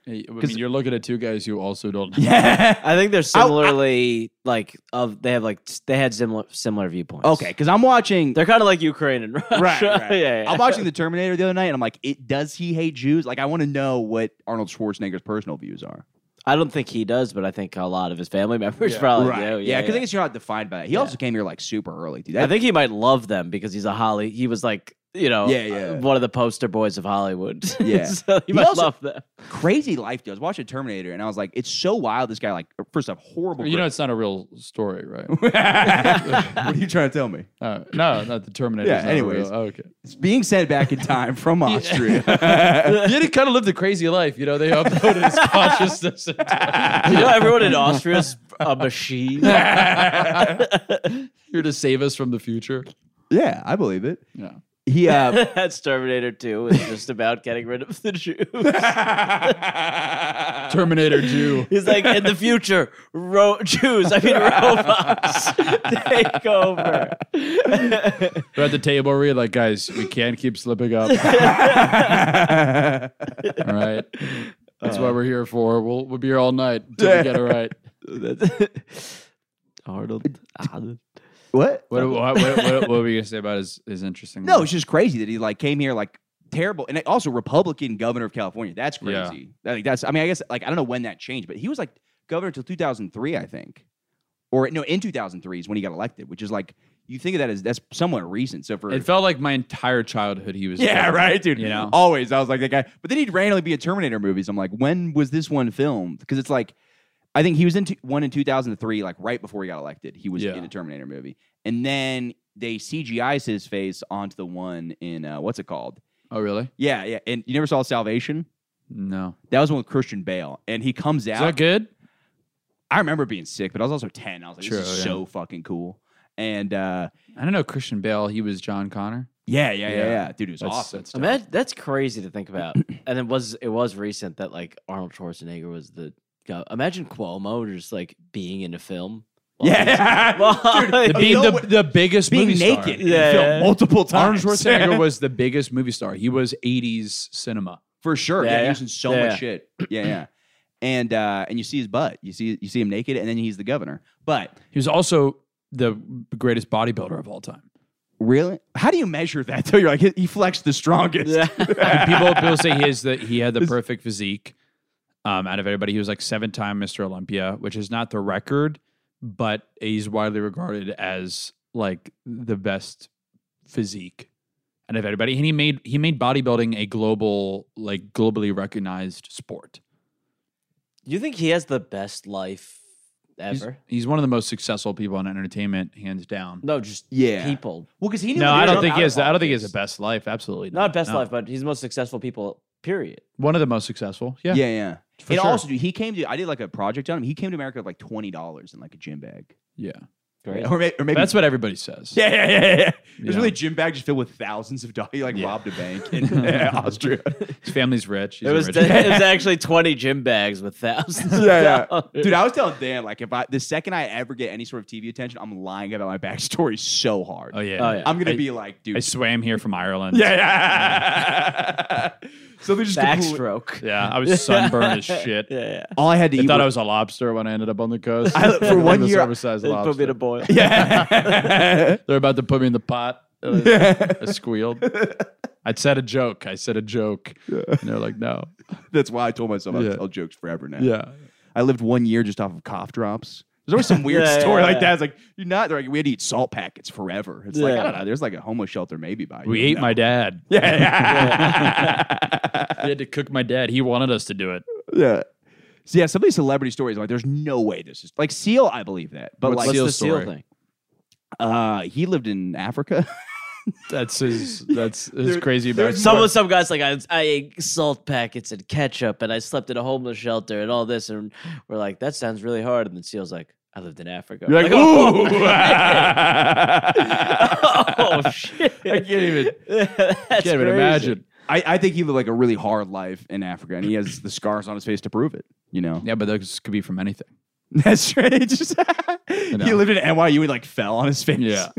Hey, I 'Cause- mean, you're looking at two guys who also don't. Yeah. I think they're ah. similarly like of they have like s- they had similar similar viewpoints. okay, because I'm watching. They're kind of like Ukraine and Russia. Right, right. yeah, yeah. I'm watching The Terminator the other night, and I'm like, it, does he hate Jews? Like, I want to know what Arnold Schwarzenegger's personal views are. I don't think he does, but I think a lot of his family members probably do. Oh, Yeah, because I guess you're not defined by that. He also came here like super early, dude. That- I think he might love them because he's a Holly. He was like, you know, Yeah, yeah. one of the poster boys of Hollywood. Yeah. so he, He might also- love them. crazy life dude. I was watching Terminator, and I was like, it's so wild. This guy, like, first off, horrible. You know, it's not a real story, right? what are you trying to tell me? Uh, no, not the Terminator. Yeah, is not real. anyways. Oh, okay. It's being said back in time from Austria. Yet he kind of lived a crazy life. You know, they uploaded his consciousness. into- You know, everyone in Austria's a machine. Here to save us from the future. yeah, I believe it. Yeah. He uh, That's Terminator 2. It's just about getting rid of the Jews. Terminator 2. He's like, in the future, ro- Jews, I mean robots, take over. We're at the table read, like, guys, we can't keep slipping up. all right. That's what we're here for. We'll, we'll be here all night until we get it right. Arnold. Arnold. what? What, what, what, what, what were you going to say about his, his interesting No, life? it's just crazy that he like came here like terrible, and also Republican governor of California. That's Yeah. crazy. I think that's. I mean, I guess like I don't know when that changed, but he was like governor until 2003, I think, or no, in 2003 is when he got elected, which is like you think of that as that's somewhat recent. So for It felt like my entire childhood he was. yeah, there. right, dude. You know? always I was like that guy. But then he'd randomly be a Terminator movies. I'm like, when was this one filmed? Because it's like, I think he was in two, one in 2003, like right before he got elected. He was Yeah. in a Terminator movie, and then they CGI's his face onto the one in uh, what's it called? Oh, really? Yeah, yeah. And you never saw Salvation? No. That was one with Christian Bale, and he comes Is out. that good? I remember being sick, but I was also ten. I was like, this True, is yeah. so fucking cool. And uh, I don't know Christian Bale. He was John Connor. yeah, yeah, yeah, yeah, Yeah. dude, it was That's, awesome. that's dope. Imagine, that's crazy to think about. and it was it was recent that like Arnold Schwarzenegger was the go- imagine Cuomo just like being in a film. while he's- yeah, Well, the, you be- know the, what- the biggest being movie star. naked, Yeah, yeah, yeah. multiple times. Arnold Schwarzenegger was the biggest movie star. He was 80s cinema. for sure. Yeah, Yeah, yeah. using so Yeah, yeah. much shit. Yeah, yeah. And uh, and you see his butt. You see you see him naked, and then he's the governor. But He was also the greatest bodybuilder of all time. really, how do you measure that? So you're like he, he flexed the strongest. And people people say he is the he had the perfect physique. Um, out of everybody, he was like seven time Mr. Olympia, which is not the record, but he's widely regarded as like the best physique out of everybody. And he made he made bodybuilding a global like globally recognized sport. You think he has the best life He's, ever. he's one of the most successful people in entertainment, hands down. No, just Yeah. people. Well, because he knew. No, when I he don't was think out he of has. I don't think he has politics. the best life. Absolutely Not best No. life, but he's the most successful people. Period. One of the most successful. Yeah. Yeah, yeah. For and sure. also, dude, he came to. I did like a project on him. He came to America with like twenty dollars in like a gym bag, Yeah. Great. or, may- or maybe That's what everybody says. Yeah, yeah, yeah, yeah. It Yeah. was really a gym bag just filled with thousands of dollars. He like Yeah. robbed a bank in uh, Austria. His family's rich. He's It a was, rich it was actually 20 gym bags with thousands. of yeah, yeah. dollars. Dude, I was telling Dan like if I the second I ever get any sort of TV attention, I'm lying about my backstory so hard. Oh yeah. Oh, yeah. I'm gonna I- be like, dude. I swam here from Ireland. yeah, yeah. so they just completely- Backstroke. Yeah. I was sunburned as shit. Yeah, yeah. all I had to They eat. thought I was, was a lobster when I ended up on the coast. I- for Like one this year, oversized They put me lobster. to boil. yeah. They're about to put me in the pot. Uh, I squealed. I said a joke. I said a joke. And they're like, no. That's why I told myself I'll Yeah. tell jokes forever now. Yeah. I lived one year just off of cough drops. There's always some weird Yeah, yeah, story like yeah. that. It's like you're not. They're like we had to eat salt packets forever. It's like I Yeah. don't know. There's like a homeless shelter maybe by. We you, ate no. my dad. Yeah, yeah. We had to cook my dad. He wanted us to do it. yeah. So yeah, some of these celebrity stories, like there's no way this is like Seal. I believe that, but What's like What's Seal the seal story. thing? uh, he lived in Africa. That's his. That's his There- crazy there's backstory. Someone, some guy's like, I, I ate salt packets and ketchup, and I slept in a homeless shelter, and all this, and we're like, that sounds really hard. And then Seal's like, I lived in Africa. You're like, oh, ooh. oh shit! I can't even. That's can't even crazy. imagine. I, I think he lived like a really hard life in Africa, and he has the scars on his face to prove it. You know, Yeah, but those could be from anything. that's right. He just- he know. lived in NYU. He like fell on his face. Yeah.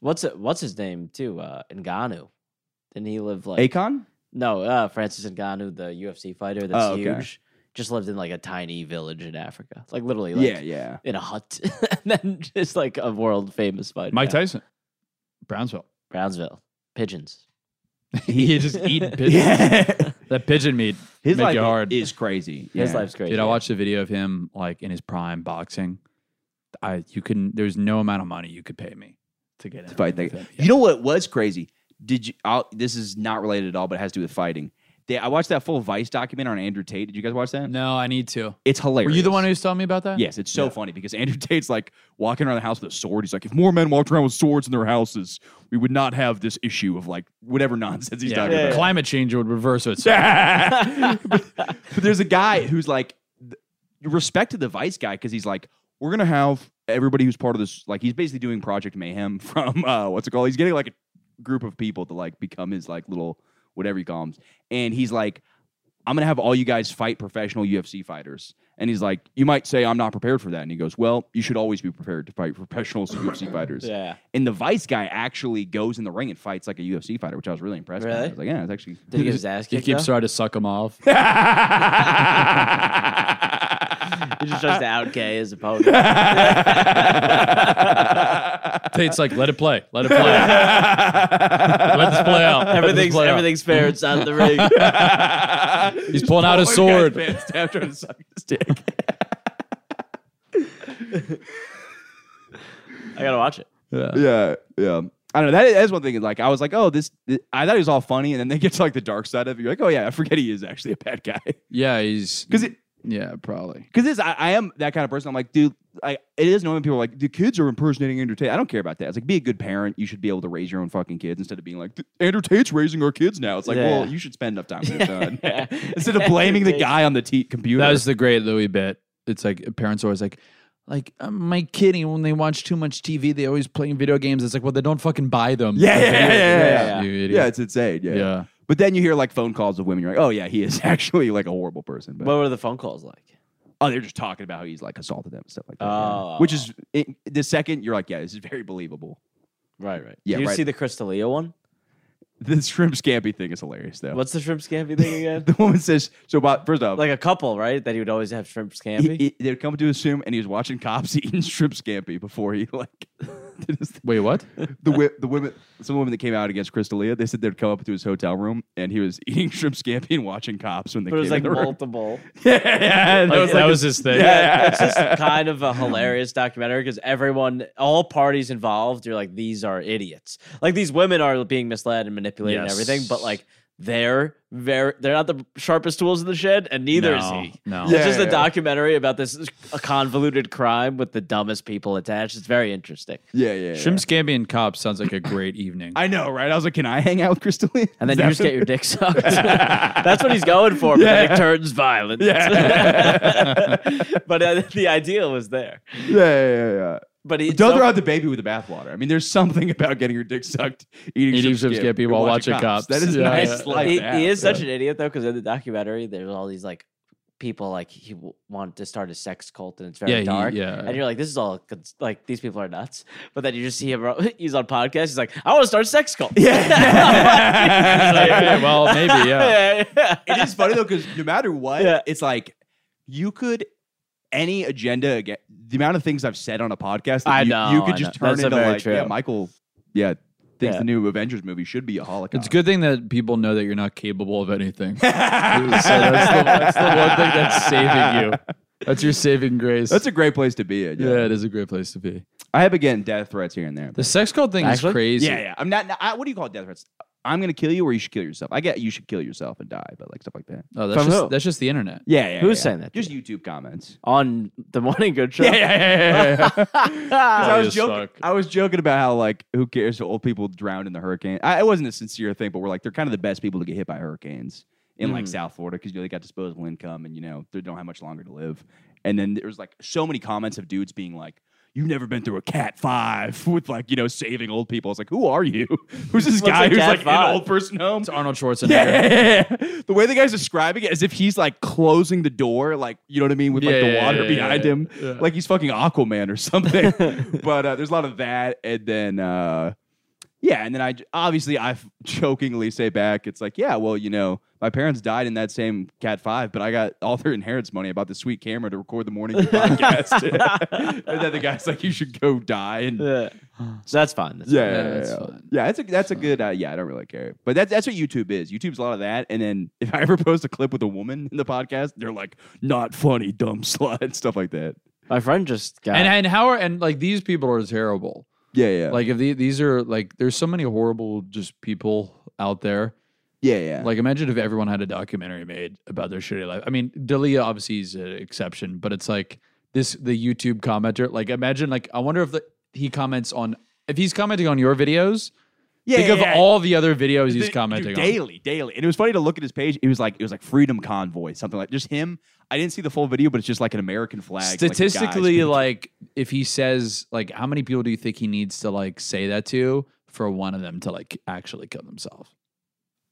What's it, what's his name too? Uh, Ngannou. Didn't he live like Akon. no? Uh, Francis Ngannou, the UFC fighter that's Oh, okay. huge, just lived in like a tiny village in Africa, like literally, like, yeah, yeah. in a hut, and then just like a world famous fighter. Mike Yeah. Tyson, Brownsville. Brownsville, pigeons. He just eating pigeons. Yeah. That pigeon meat His make life you hard. is crazy. His Yeah. life's great. Dude, I yeah. watched a video of him like in his prime boxing. I you couldn't. There's no amount of money you could pay me to get in to fight that. with him. You know what was crazy? Did you? I'll, this is not related at all, but it has to do with fighting. They, I watched that full Vice document on Andrew Tate. Did you guys watch that? No, I need to. It's hilarious. Were you the one who's telling me about that? Yes, it's so funny because Andrew Tate's like walking around the house with a sword. He's like, if more men walked around with swords in their houses, we would not have this issue of like whatever nonsense he's Yeah. talking about. Climate change would reverse itself. but, but there's a guy who's like th- respect to the vice guy because he's like we're gonna have everybody who's part of this like he's basically doing project mayhem from uh what's it called he's getting like a group of people to like become his like little whatever he calls 'em. and he's like i'm gonna have all you guys fight professional ufc fighters and he's like you might say i'm not prepared for that and he goes well you should always be prepared to fight professional ufc fighters Yeah. and the vice guy actually goes in the ring and fights like a ufc fighter which i was really impressed with i Really? was like yeah it's actually Did he get his ass He kicked? keeps though? trying to suck him off. He just tries to out gay his opponent. Tate's like, let it play, let it play, let this play out. let this everything's play out." everything's fair inside the ring. He's pulling out Oh his sword. I gotta watch it. yeah, yeah. I don't know. That is, that is one thing. Like, I was like, oh, this. I thought he was all funny, and then they get to like the dark side of it. You're like, oh yeah, I forget he is actually a bad guy. Yeah, he's Because it, yeah, probably. because this, I, I am that kind of person. I'm like, dude, I, it is annoying when people are like, the kids are impersonating Andrew Tate. I don't care about that. It's like, be a good parent. You should be able to raise your own fucking kids instead of being like, Andrew Tate's raising our kids now. It's like, well, Yeah. you should spend enough time with your son instead of blaming the guy on the t- computer. That was the great Louis bit. It's like parents are always like, like uh, my kid when they watch too much TV, they always playing video games. It's like, well, they don't fucking buy them. yeah, yeah, yeah, yeah, yeah, yeah. You idiot. Yeah, it's insane. Yeah. Yeah. But then you hear like phone calls of women. You're like, oh yeah, he is actually like a horrible person. But What were the phone calls like? oh, they're just talking about how he's like assaulted them and stuff like that. yeah. Oh. Which is it, the second you're like, yeah, this is very believable. Right, right. Yeah, Did you right. see the Crystalia one? The shrimp scampy thing is hilarious though. What's the shrimp scampi thing again? the woman says? So about first off, like a couple, right? That he would always have shrimp scampi. he, he, they'd come to his room and he was watching cops eating shrimp scampi before he like did his Wait, what? the wi- the women some women that came out against Crystalia, they said they'd come up to his hotel room and he was eating shrimp scampi and watching cops when they but it came was in like the room. multiple. yeah, yeah, That was, that was his thing. Yeah, it's just kind of a hilarious documentary because everyone, all parties involved, you're like, these are idiots. Like these women are being misled and manipulated and everything, but Yes. like they're very they're not the sharpest tools in the shed, and neither is No, he. no. It's Yeah, just yeah. a documentary about this a convoluted crime with the dumbest people attached. It's very interesting. Yeah, yeah. Shrimp Scambi and Cops sounds like a great evening. I know, right? I was like, can I hang out with Crystalline? And then you just get your dick sucked. That's what he's going for, but then it turns violent. but uh, the idea was there. Yeah, yeah, yeah. yeah. But he, Don't some- throw out the baby with the bathwater. I mean, there's something about getting your dick sucked, eating, Eating shrimp shrimp scampi and while watching watching Cops. That is Yeah, nice yeah. life. he, to he have. is such an idiot though, because in the documentary, there's all these like people like he w- wanted to start a sex cult, and it's very Yeah, he- dark. yeah. uh and you're like, this is all cons- like these people are nuts. But then you just see him. ro- He's on podcast. He's like, I want to start a sex cult. It's like, Yeah. okay, well, maybe, yeah. it is funny though because no matter what, Yeah. it's like you could any agenda again. The amount of things I've said on a podcast, that I you, know, you could I just know. turn That's into very like, yeah, true. Michael, yeah, thinks Yeah. the new Avengers movie should be a It's holocaust. a good thing that people know that you're not capable of anything. so that's the, that's the one thing that's saving you. That's your saving grace. That's a great place to be in. Yeah. yeah. it is a great place to be. I have again death threats here and there. The sex cult thing Actually? is crazy. yeah, yeah. I'm not. I, what do you call it, death threats? I'm gonna kill you, or you should kill yourself. I get you should kill yourself and die, but like stuff like that. Oh, that's From just, who? that's just the internet. Yeah, yeah. Who's yeah. saying that to Just YouTube comments. on the morning good show. I was as joking. fuck. I was joking about how like who cares if old people drowned in the hurricane. I, it wasn't a sincere thing, but we're like they're kind of the best people to get hit by hurricanes in Mm. like South Florida because you know, they got disposable income and you know they don't have much longer to live. And then there was like so many comments of dudes being like. You've never been through a Cat Five with like you know saving old people. It's like who are you? Who's this What's guy a who's Cat like in five? an old person home? It's Arnold Schwarzenegger. Yeah, the way the guy's describing it, as if he's like closing the door, like you know what I mean, with like Yeah, the yeah, water yeah, behind yeah, him, yeah. like he's fucking Aquaman or something. but uh, there's a lot of that, and then uh, yeah, and then I j- obviously I f- jokingly say back, it's like, yeah, well, you know, my parents died in that same Cat Five, but I got all their inheritance money. I bought the sweet camera to record the morning Dew podcast, and then the guy's like, you should go die and Yeah. So that's fine. That's yeah, Yeah, yeah, yeah, that's yeah. fine. Yeah, that's a that's a good. Uh, yeah, I don't really care, but that's that's what YouTube is. YouTube's a lot of that, and then if I ever post a clip with a woman in the podcast, they're like, "Not funny, dumb slut," stuff like that. My friend just got. And and how are and like these people are terrible. Yeah, yeah, Like if the, these are like there's so many horrible just people out there. yeah, yeah. Like imagine if everyone had a documentary made about their shitty life. I mean, Dalia obviously is an exception, but it's like this the YouTube commenter. Like imagine like I wonder if the, he comments on if he's commenting on your videos. yeah, think yeah, of yeah. all the other videos Dude, he's dude, commenting on. daily, daily, and it was funny to look at his page. It was like it was like Freedom Convoy, something like just him. I didn't see the full video, but it's just like an American flag. like, the guys Statistically, being- like if he says like how many people do you think he needs to like say that to for one of them to like actually kill themselves?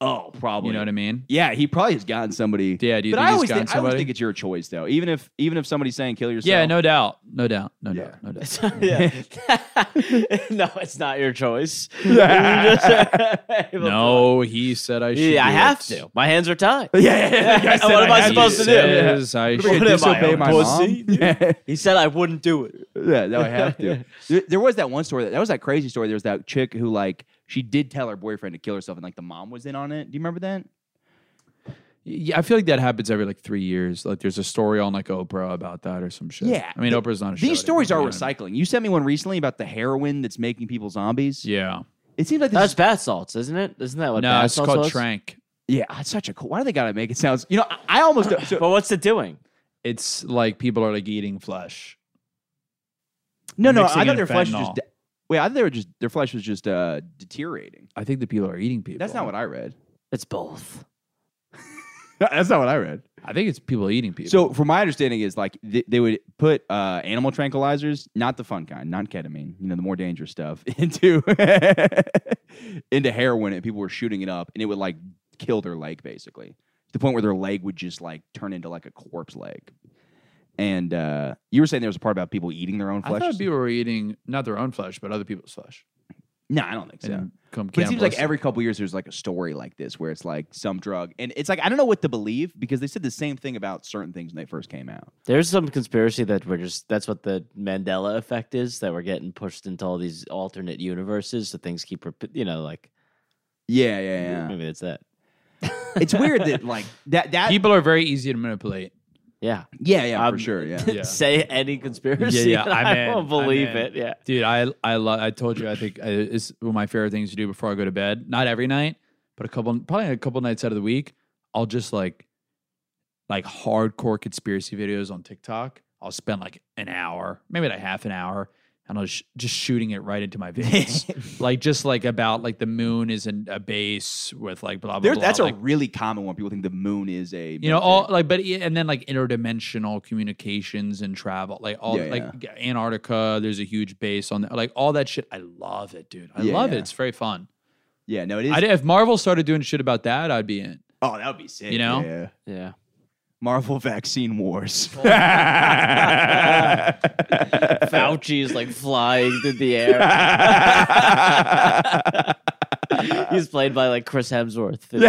oh, probably. You know what I mean? Yeah, he probably has gotten somebody. Yeah, do you think but I he's always gotten think, I always somebody? think it's your choice though. Even if even if somebody's saying kill yourself. Yeah, no doubt. No doubt. No Yeah. doubt. No doubt. yeah. no, it's not your choice. You just- No, he said I should. Yeah, I do have it. to. My hands are tied. Yeah, yeah, yeah. The guy said what am I had supposed He to do? says I What am should. I, disobey own my pussy? Yeah, He said I wouldn't do it. yeah, no, I have to. There, there was that one story. That, that was that crazy story. There was that chick who, like, she did tell her boyfriend to kill herself, and like the mom was in on it. Do you remember that? Yeah, I feel like that happens every like three years. Like there's a story on like Oprah about that or some shit. Yeah. I mean The- Oprah's not a show These stories are anymore, you know what recycling. You sent me one recently about the heroin that's making people zombies. I mean? It seems like this. That's Is, bath salts, isn't it? Isn't that Yeah. what No, bath it's salts called was? Trank. yeah, it's such a cool. Why do they gotta make it sounds? You know, I, I almost. so- But what's it doing? It's like people are like eating flesh. no, no, mixing I in thought their flesh was fentanyl. just. de- Wait, I thought they were just their flesh was just uh, deteriorating. I think the people are eating people. That's not what I read. It's both. That's not what I read. I think it's people eating people. So, from my understanding, is like th- they would put uh, animal tranquilizers, not the fun kind, not ketamine, you know, the more dangerous stuff, into into heroin, and people were shooting it up, and it would like kill their leg basically, to the point where their leg would just like turn into like a corpse leg. And uh, you were saying there was a part about people eating their own I flesh. thought people were eating not their own flesh, but other people's flesh. no, I don't think so. And come But it seems like cannibalistic. every couple years there's like a story like this where it's like some drug, and it's like I don't know what to believe because they said the same thing about certain things when they first came out. There's some conspiracy that we're just that's what the Mandela effect is that we're getting pushed into all these alternate universes, so things keep repeat. You know, like Yeah, yeah, yeah. maybe it's that. it's weird that like that that people are very easy to manipulate. Yeah, yeah yeah for Um, sure yeah Yeah. say any conspiracy. yeah, and I'm I in, won't believe I'm in. it. Yeah, uh, Dude, I I love. I told you I think I, it's one of my favorite things to do before I go to bed. Not every night, but a couple, probably a couple nights out of the week, I'll just like, like hardcore conspiracy videos on TikTok. I'll spend like an hour, maybe like half an hour, and I'll sh- just shooting it right into my veins, like just like about like the moon is in a base with like blah blah. There, blah. that's like, a really common one. People think the moon is a you know all like but e- and then like interdimensional communications and travel like all Yeah, like g- antarctica there's a huge base on there like all that shit i love it dude i Yeah, love it yeah. it's very fun yeah. No, it is. I, if marvel started doing shit about that i'd be in oh, that would be sick. You know? Yeah. Yeah. Marvel vaccine wars. Fauci is like flying through the air. He's played by like Chris Hemsworth. Fauci.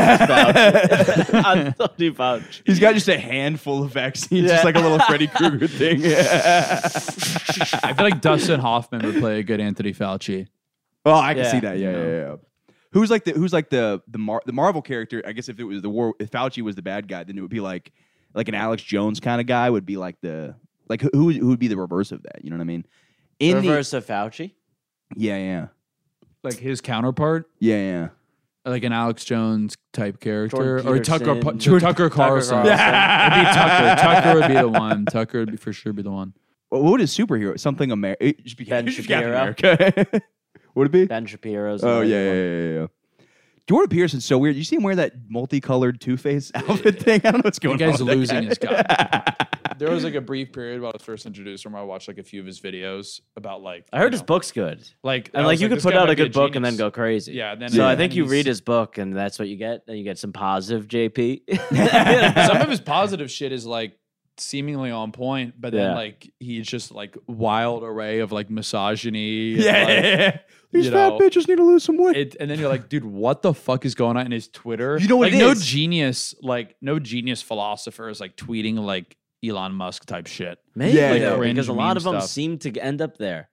Anthony Fauci. He's got just a handful of vaccines, just like a little Freddy Krueger thing. i feel like dustin hoffman would play a good anthony fauci Oh, I can see Yeah. that. Yeah, yeah, yeah. Who's like the who's like the the Mar- the Marvel character? I guess if it was the war, if Fauci was the bad guy, then it would be like like an Alex Jones kind of guy would be like the like who- who who would be the reverse of that? You know what I mean? In Reverse of Fauci. the yeah, yeah, like his counterpart yeah, yeah. like an alex jones type character Jordan or tucker Peterson. Pa- Jordan- tucker carlson Carlson. it'd be tucker tucker would be the one tucker would be for sure be the one What what is superhero? Something America? It should be Ben it should be Captain Shapiro. America. would it be? Ben Shapiro's. oh another yeah, yeah, one. yeah, yeah, yeah. Jordan Peterson's so weird. You see him wear that multicolored Two Face outfit thing? I don't know what's The going guy's on. with losing that his guy. there was like a brief period while I was first introduced him where I watched like a few of his videos about like I heard you his know, book's good. like I And was like you could this put guy out might a be good book and then genius. go crazy. Yeah, and then So yeah, I think and you he's- read his book and that's what you get. And you get some positive JP. some of his positive shit is like seemingly on point, but then Yeah. like he's just like wild array of like misogyny. and, Yeah, like, these you fat know, bitches need to lose some weight. It, and then you're like, dude, what the fuck is going on in his Twitter? You know what like, it no is. genius, like no genius philosopher is like tweeting like Elon Musk type shit. Maybe Yeah, though, yeah. because a Cringe lot meme of them stuff. seem to end up there.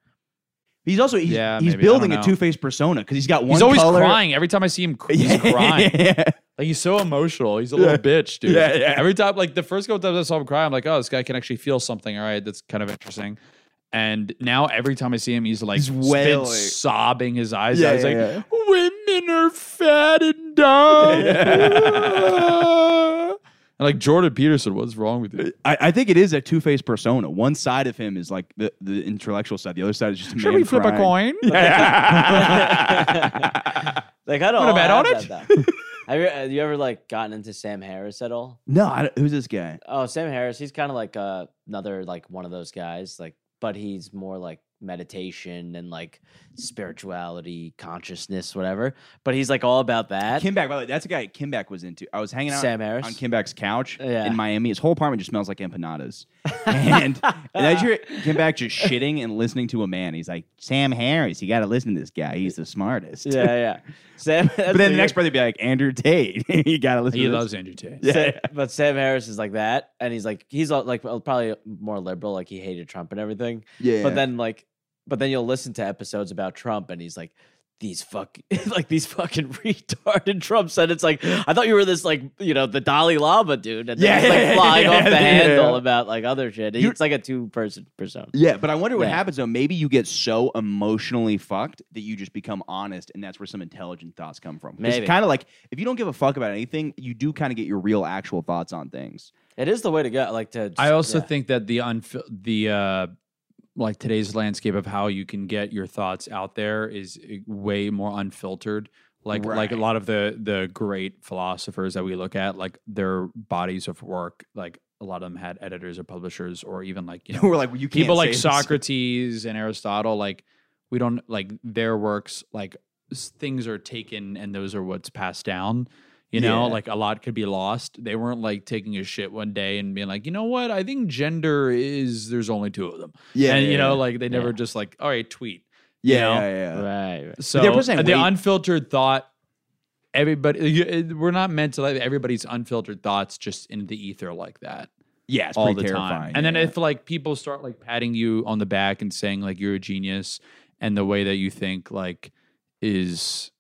He's also he's, Yeah, he's maybe. I building don't a know. two faced persona because he's got one. he's always color. crying. Every time I see him, cr- he's crying. yeah. Like he's so emotional. He's a little Yeah. bitch, dude. Yeah, yeah. Every time, like the first couple times I saw him cry, I'm like, oh, this guy can actually feel something. All right, that's kind of interesting. And now every time I see him, he's like He's spit wailing. sobbing his eyes Yeah, out. He's yeah, like, women are fat and dumb. and like Jordan Peterson, what's wrong with you? I, I think it is a two faced persona. One side of him is like the, the intellectual side. The other side is just a Should man we flip a crying. coin? Like I don't Wanna all bet have on that, though. Have you, have you ever like gotten into Sam Harris at all? No, I don't- who's this guy? Oh, Sam Harris. He's kind of like uh, another like one of those guys. Like, but he's more like meditation and like spirituality, consciousness, whatever. But he's like all about that. Kimback. By the way, that's a guy Kimback was into. I was hanging out Sam Harris. on Kimback's couch Uh, yeah. in Miami. His whole apartment just smells like empanadas. and, and I just hear Kimback just shitting and listening to a man. He's like, Sam Harris, you got to listen to this guy. He's the smartest. yeah, yeah. Sam. But then the next brother would be like, Andrew Tate. you got to listen he to this loves Andrew Tate. Yeah. Sa- but Sam Harris is like that, and he's like he's uh, like well, probably more liberal. Like he hated Trump and everything. Yeah. But then like, but then you'll listen to episodes about Trump, and he's like. These fuck, like these fucking retarded Trump said. It's like I thought you were this like you know the Dalai Lama dude, and Yeah, then he's yeah, like flying off the yeah. handle about like other shit. You- It's like a two person persona. yeah, but I wonder what Yeah. happens though. Maybe you get so emotionally fucked that you just become honest, and that's where some intelligent thoughts come from. 'Cause It's Maybe. kind of like if you don't give a fuck about anything, you do kind of get your real actual thoughts on things. It is the way to go. Like to. I also yeah. think that the unf- the uh, like today's landscape of how you can get your thoughts out there is uh, way more unfiltered. Like like a Right. lot of the the great philosophers that we look at, like their bodies of work, like a lot of them had editors or publishers or even like you know We're like, well, you can't people like say this. Socrates and Aristotle, like we don't like their works, like s- things are taken and those are what's passed down. You know, Yeah. like a lot could be lost. They weren't like taking a shit one day and being like, you know what? I think gender is there's only two of them. Yeah, and yeah, you know, yeah. like they never Yeah. just like, all right, tweet. Yeah, you know? yeah, yeah. Right. right. So there wasn't uh, the weight- unfiltered thought. Everybody, you- it- we're not meant to let everybody's unfiltered thoughts just into the ether like that Yeah, it's all pretty the terrifying. time. And then yeah. if like people start like patting you on the back and saying like you're a genius and the way that you think like is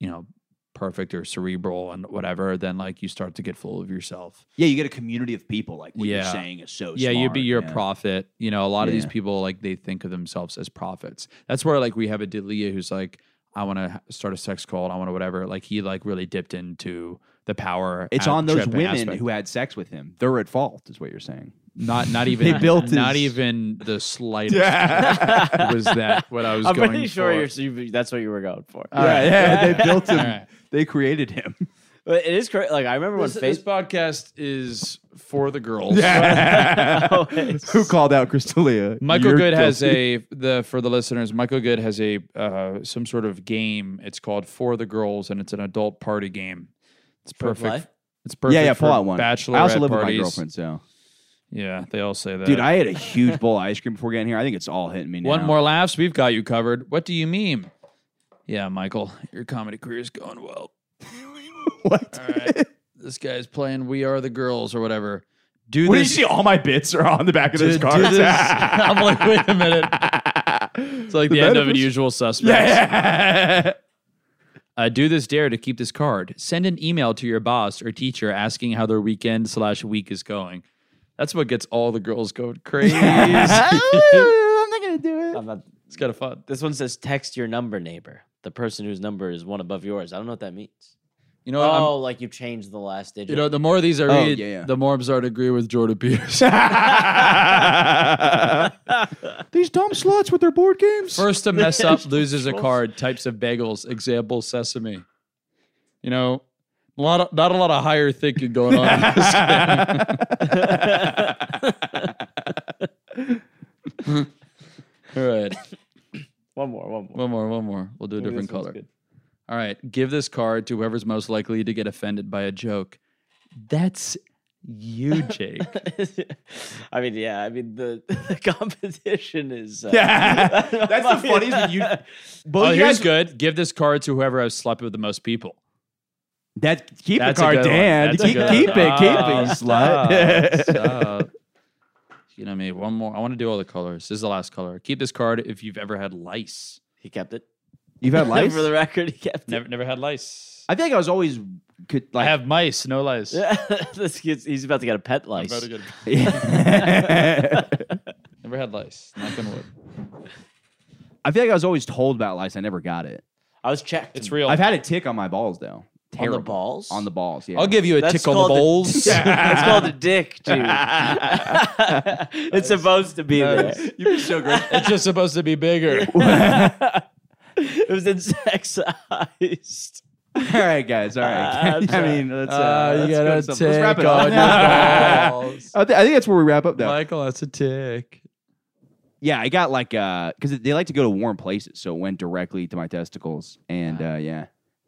you know perfect or cerebral and whatever, then like you start to get full of yourself. yeah, you get a community of people like what Yeah. you're saying is so. yeah, you'd be smart, your yeah. prophet. You know, a lot of these Yeah. people like they think of themselves as prophets. That's where like we have a Delia who's like I want to start a sex cult. I want to whatever. Like he like really dipped into the power. It's out- on those tripping women aspect. who had sex with him. They're at fault, is what you're saying. not not even They built not his- even the slightest was that what I was I'm going pretty sure for. you're, you, that's what you were going for. All right. Yeah, they built him. All right. They created him. But it is crazy. Like I remember This, when this Facebook. podcast is for the girls. Who called out Crystalia? Michael You're Good has guilty. a the for the listeners. Michael Good has a uh, some sort of game. It's called For the Girls, and it's an adult party game. It's perfect. what? It's perfect. yeah, yeah, for pull out one. Bachelorette I also live parties. with my girlfriend, so Yeah, they all say that. dude, I had a huge bowl of ice cream before getting here. I think it's all hitting me now. one more laughs. We've got you covered. What do you mean? Yeah, Michael, your comedy career is going well. what? All right, this guy's playing "We Are the Girls" or whatever. Do What do you this. see? All my bits are on the back of do- this do card. this. I'm like, wait a minute. It's like the, end of metaphors- Unusual Suspects. yeah. Uh, do this dare to keep this card. Send an email to your boss or teacher asking how their weekend slash week is going. That's what gets all the girls going crazy. it's I'm not gonna do it. I'm not- kind of fun. this one says text your number neighbor. The person whose number is one above yours. I don't know what that means. You Um, know, I'm- Oh, like you changed the last digit. you know, the more of these I Oh, read, yeah, yeah. the more I'm starting to agree with Jordan Peters. These dumb sluts with their board games. First to mess up loses a card. Types of bagels. Example sesame. You know, a lot of, not a lot of higher thinking going on. in this game. All right. one more, one more. One more, one more. We'll do a Maybe different this one's color. good. All right. Give this card to whoever's most likely to get offended by a joke. That's you, Jake. I mean, yeah. I mean, the, the competition is. Uh, That's the funniest when you. oh, you here's guys- good. Give this card to whoever has slept with the most people. That keep That's the a card, good one. Dan. That's a Keep, good keep it, one. Oh, keep it, you Stop, slut. stop. You know me. One more. I want to do all the colors. This is the last color. Keep this card if you've ever had lice. He kept it. You've had lice. For the record, he kept Never, never had lice. I think I was always could I like have mice, no lice. it. This kid's- He's about to get a pet I'm lice. about to get- Never had lice. Knock on wood. I feel like I was always told about lice. I never got it. I was checked. It's real. I've had a tick on my balls though. on Terrible. the balls. On the balls. Yeah. I'll give you a That's tick on the called a- balls. it's called a dick, dude. it's supposed to be there. You'd be so great. it's just supposed to be bigger. uh, Uh, It was insecticized. all right, guys. All right. That's I right. mean, let's, uh, Uh, let's you got go to a something. Let's wrap tick it on up. your balls. I, thi- I think that's where we wrap up though. Michael, that's a tick. yeah, I got like uh, because they like to go to warm places, so it went directly to my testicles, and uh, yeah.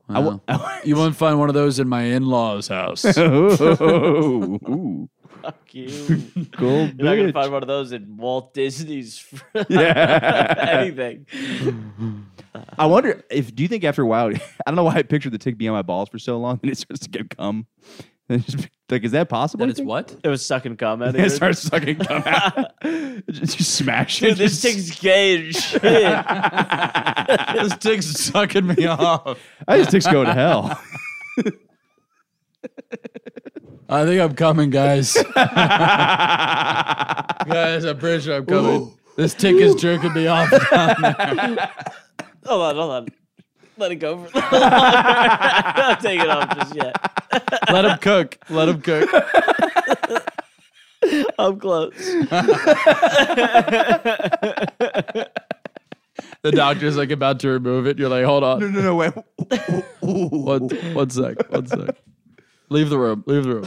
I wa- You won't find one of those in my in-laws' house. Oh, ooh, Fuck you. You're cool not gonna bitch. find one of those in Walt Disney's. Yeah. anything. I wonder if do you think after a while I don't know why I pictured the tick being on my balls for so long and it starts to get cum. And it's just like is that possible? That you is think? what? It was sucking cum out of It yours. starts sucking cum out. just, just smash it. Dude, just- this thing's gay and shit. this tick's sucking me off. I just ticks go to hell. I think I'm coming, guys. guys, I'm pretty sure I'm coming. This tick is jerking me off. hold on, hold on. Let it go for Don't take it off just yet. Let him cook. Let him cook. I'm close. The doctor's like about to remove it. You're like, hold on. no, no, wait. One, one sec. One sec. Leave the room. Leave the room.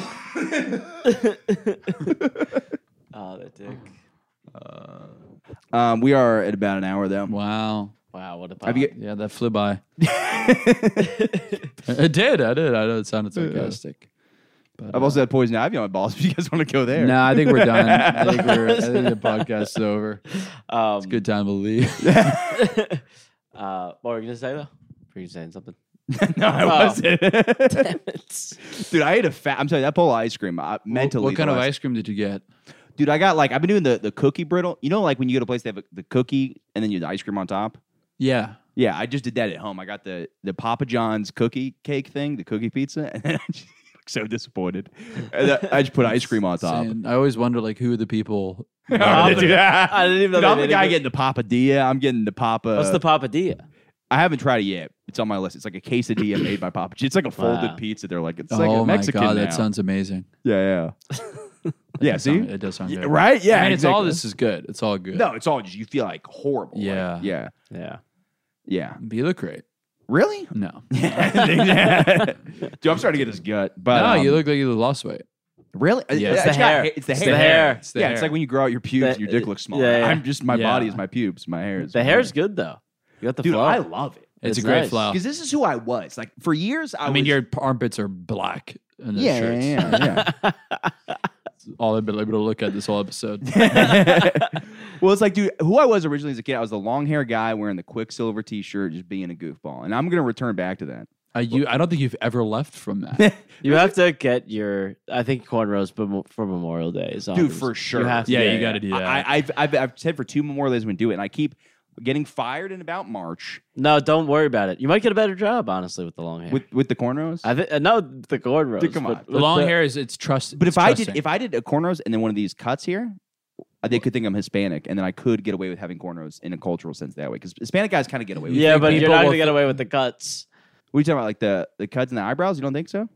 Oh, that dick. Um, we are at about an hour though. Wow. Wow, what a pop. Have you? Yeah, that flew by. it did. I did. I know it sounded sarcastic. I've also had poison ivy on my balls. If you guys want to go there, No, I think we're done. I think we're. I think the podcast is over. um, Good time to leave. Uh, what were you gonna say though? Were you saying something? no, I Oh. wasn't. It's Dude, I ate a fat. I'm telling you, that bowl of ice cream. I, mentally, what the kind of last- ice cream did you get? Dude, I got like I've been doing the the cookie brittle. You know, like when you go to a place they have a, the cookie and then you have the ice cream on top. Yeah. Yeah, I just did that at home. I got the the Papa John's cookie cake thing, the cookie pizza, and then I just looked so disappointed. And I, I just put ice cream on top. Saying- I always wonder, like, who are the people? Dude, I didn't even know. I'm the they did guy it. getting the Papadilla. I'm getting the Papa. What's the papadilla? I haven't tried it yet. It's on my list. It's like a quesadilla made by Papa. G. It's like a folded Wow. pizza. They're like it's like oh a my Mexican god, now. that sounds amazing. yeah yeah yeah. That See, sound- it does sound Yeah, good, right? Yeah, I mean, it's all exactly. this is good. It's all good. No, it's all just you feel like horrible. like, Yeah. yeah, Yeah. yeah. you look great. Really? No, Dude, I'm starting to get this gut. But no, um, you look like you lost weight. really. Yeah. It's the got hair. ha- It's the It's hair. the hair. It's the yeah, hair. it's like when you grow out your pubes, The- your dick looks smaller. yeah, yeah. I'm just my Yeah. body is my pubes, my hair is The hair's good though. You got the Dude, flow. I love it it's, a it's great nice. flow. because this is who I was. Like for years, I, I mean, was- your p- armpits are black in the yeah, shirts. yeah, yeah, That's All I've been able to look at this whole episode. yeah. well, it's like, dude, who I was originally as a kid, I was the long hair guy wearing the Quicksilver T-shirt, just being a goofball, and I'm gonna return back to that. I, you, I don't think you've ever left from that. you have to get your, I think cornrows bemo- for Memorial Day. Is Dude, always- for sure. Oh, You have to Yeah, do you it. got to do that. I, I've, I've I've said for two Memorial Days I'm gonna do it, and I keep getting fired in about March No, don't worry about it. You might get a better job, honestly, with the long hair. with with the cornrows. I think uh, no the cornrows. Dude, come but on. the with long the- hair is it's trust. uh, but it's if I trusting. did if I did a cornrows and then one of these cuts here, they could think I'm Hispanic, and then I could get away with having cornrows in a cultural sense that way because Hispanic guys kind of get away with. it. Yeah, but you're people not will gonna get away with the cuts. What are you talking about? Like the the cuts in the eyebrows? You don't think so?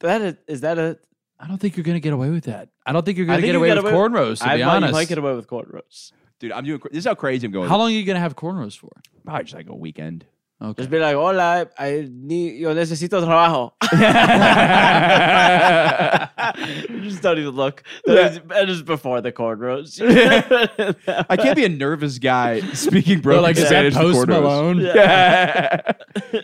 That is, is that a? I don't think you're gonna get away with that. I don't think you're I gonna think get you away get with away with- cornrows. To I be might, honest, you might get away with cornrows. Dude, I'm doing. cra- This is how crazy I'm going. how long are you gonna have cornrows for? Probably just like a weekend. Okay. Just be like, hola, I need, yo necesito trabajo. you just don't even look. That is, that is before the cornrows. I can't be a nervous guy speaking They're broken like is that Spanish with Post cornrows. Malone? Yeah.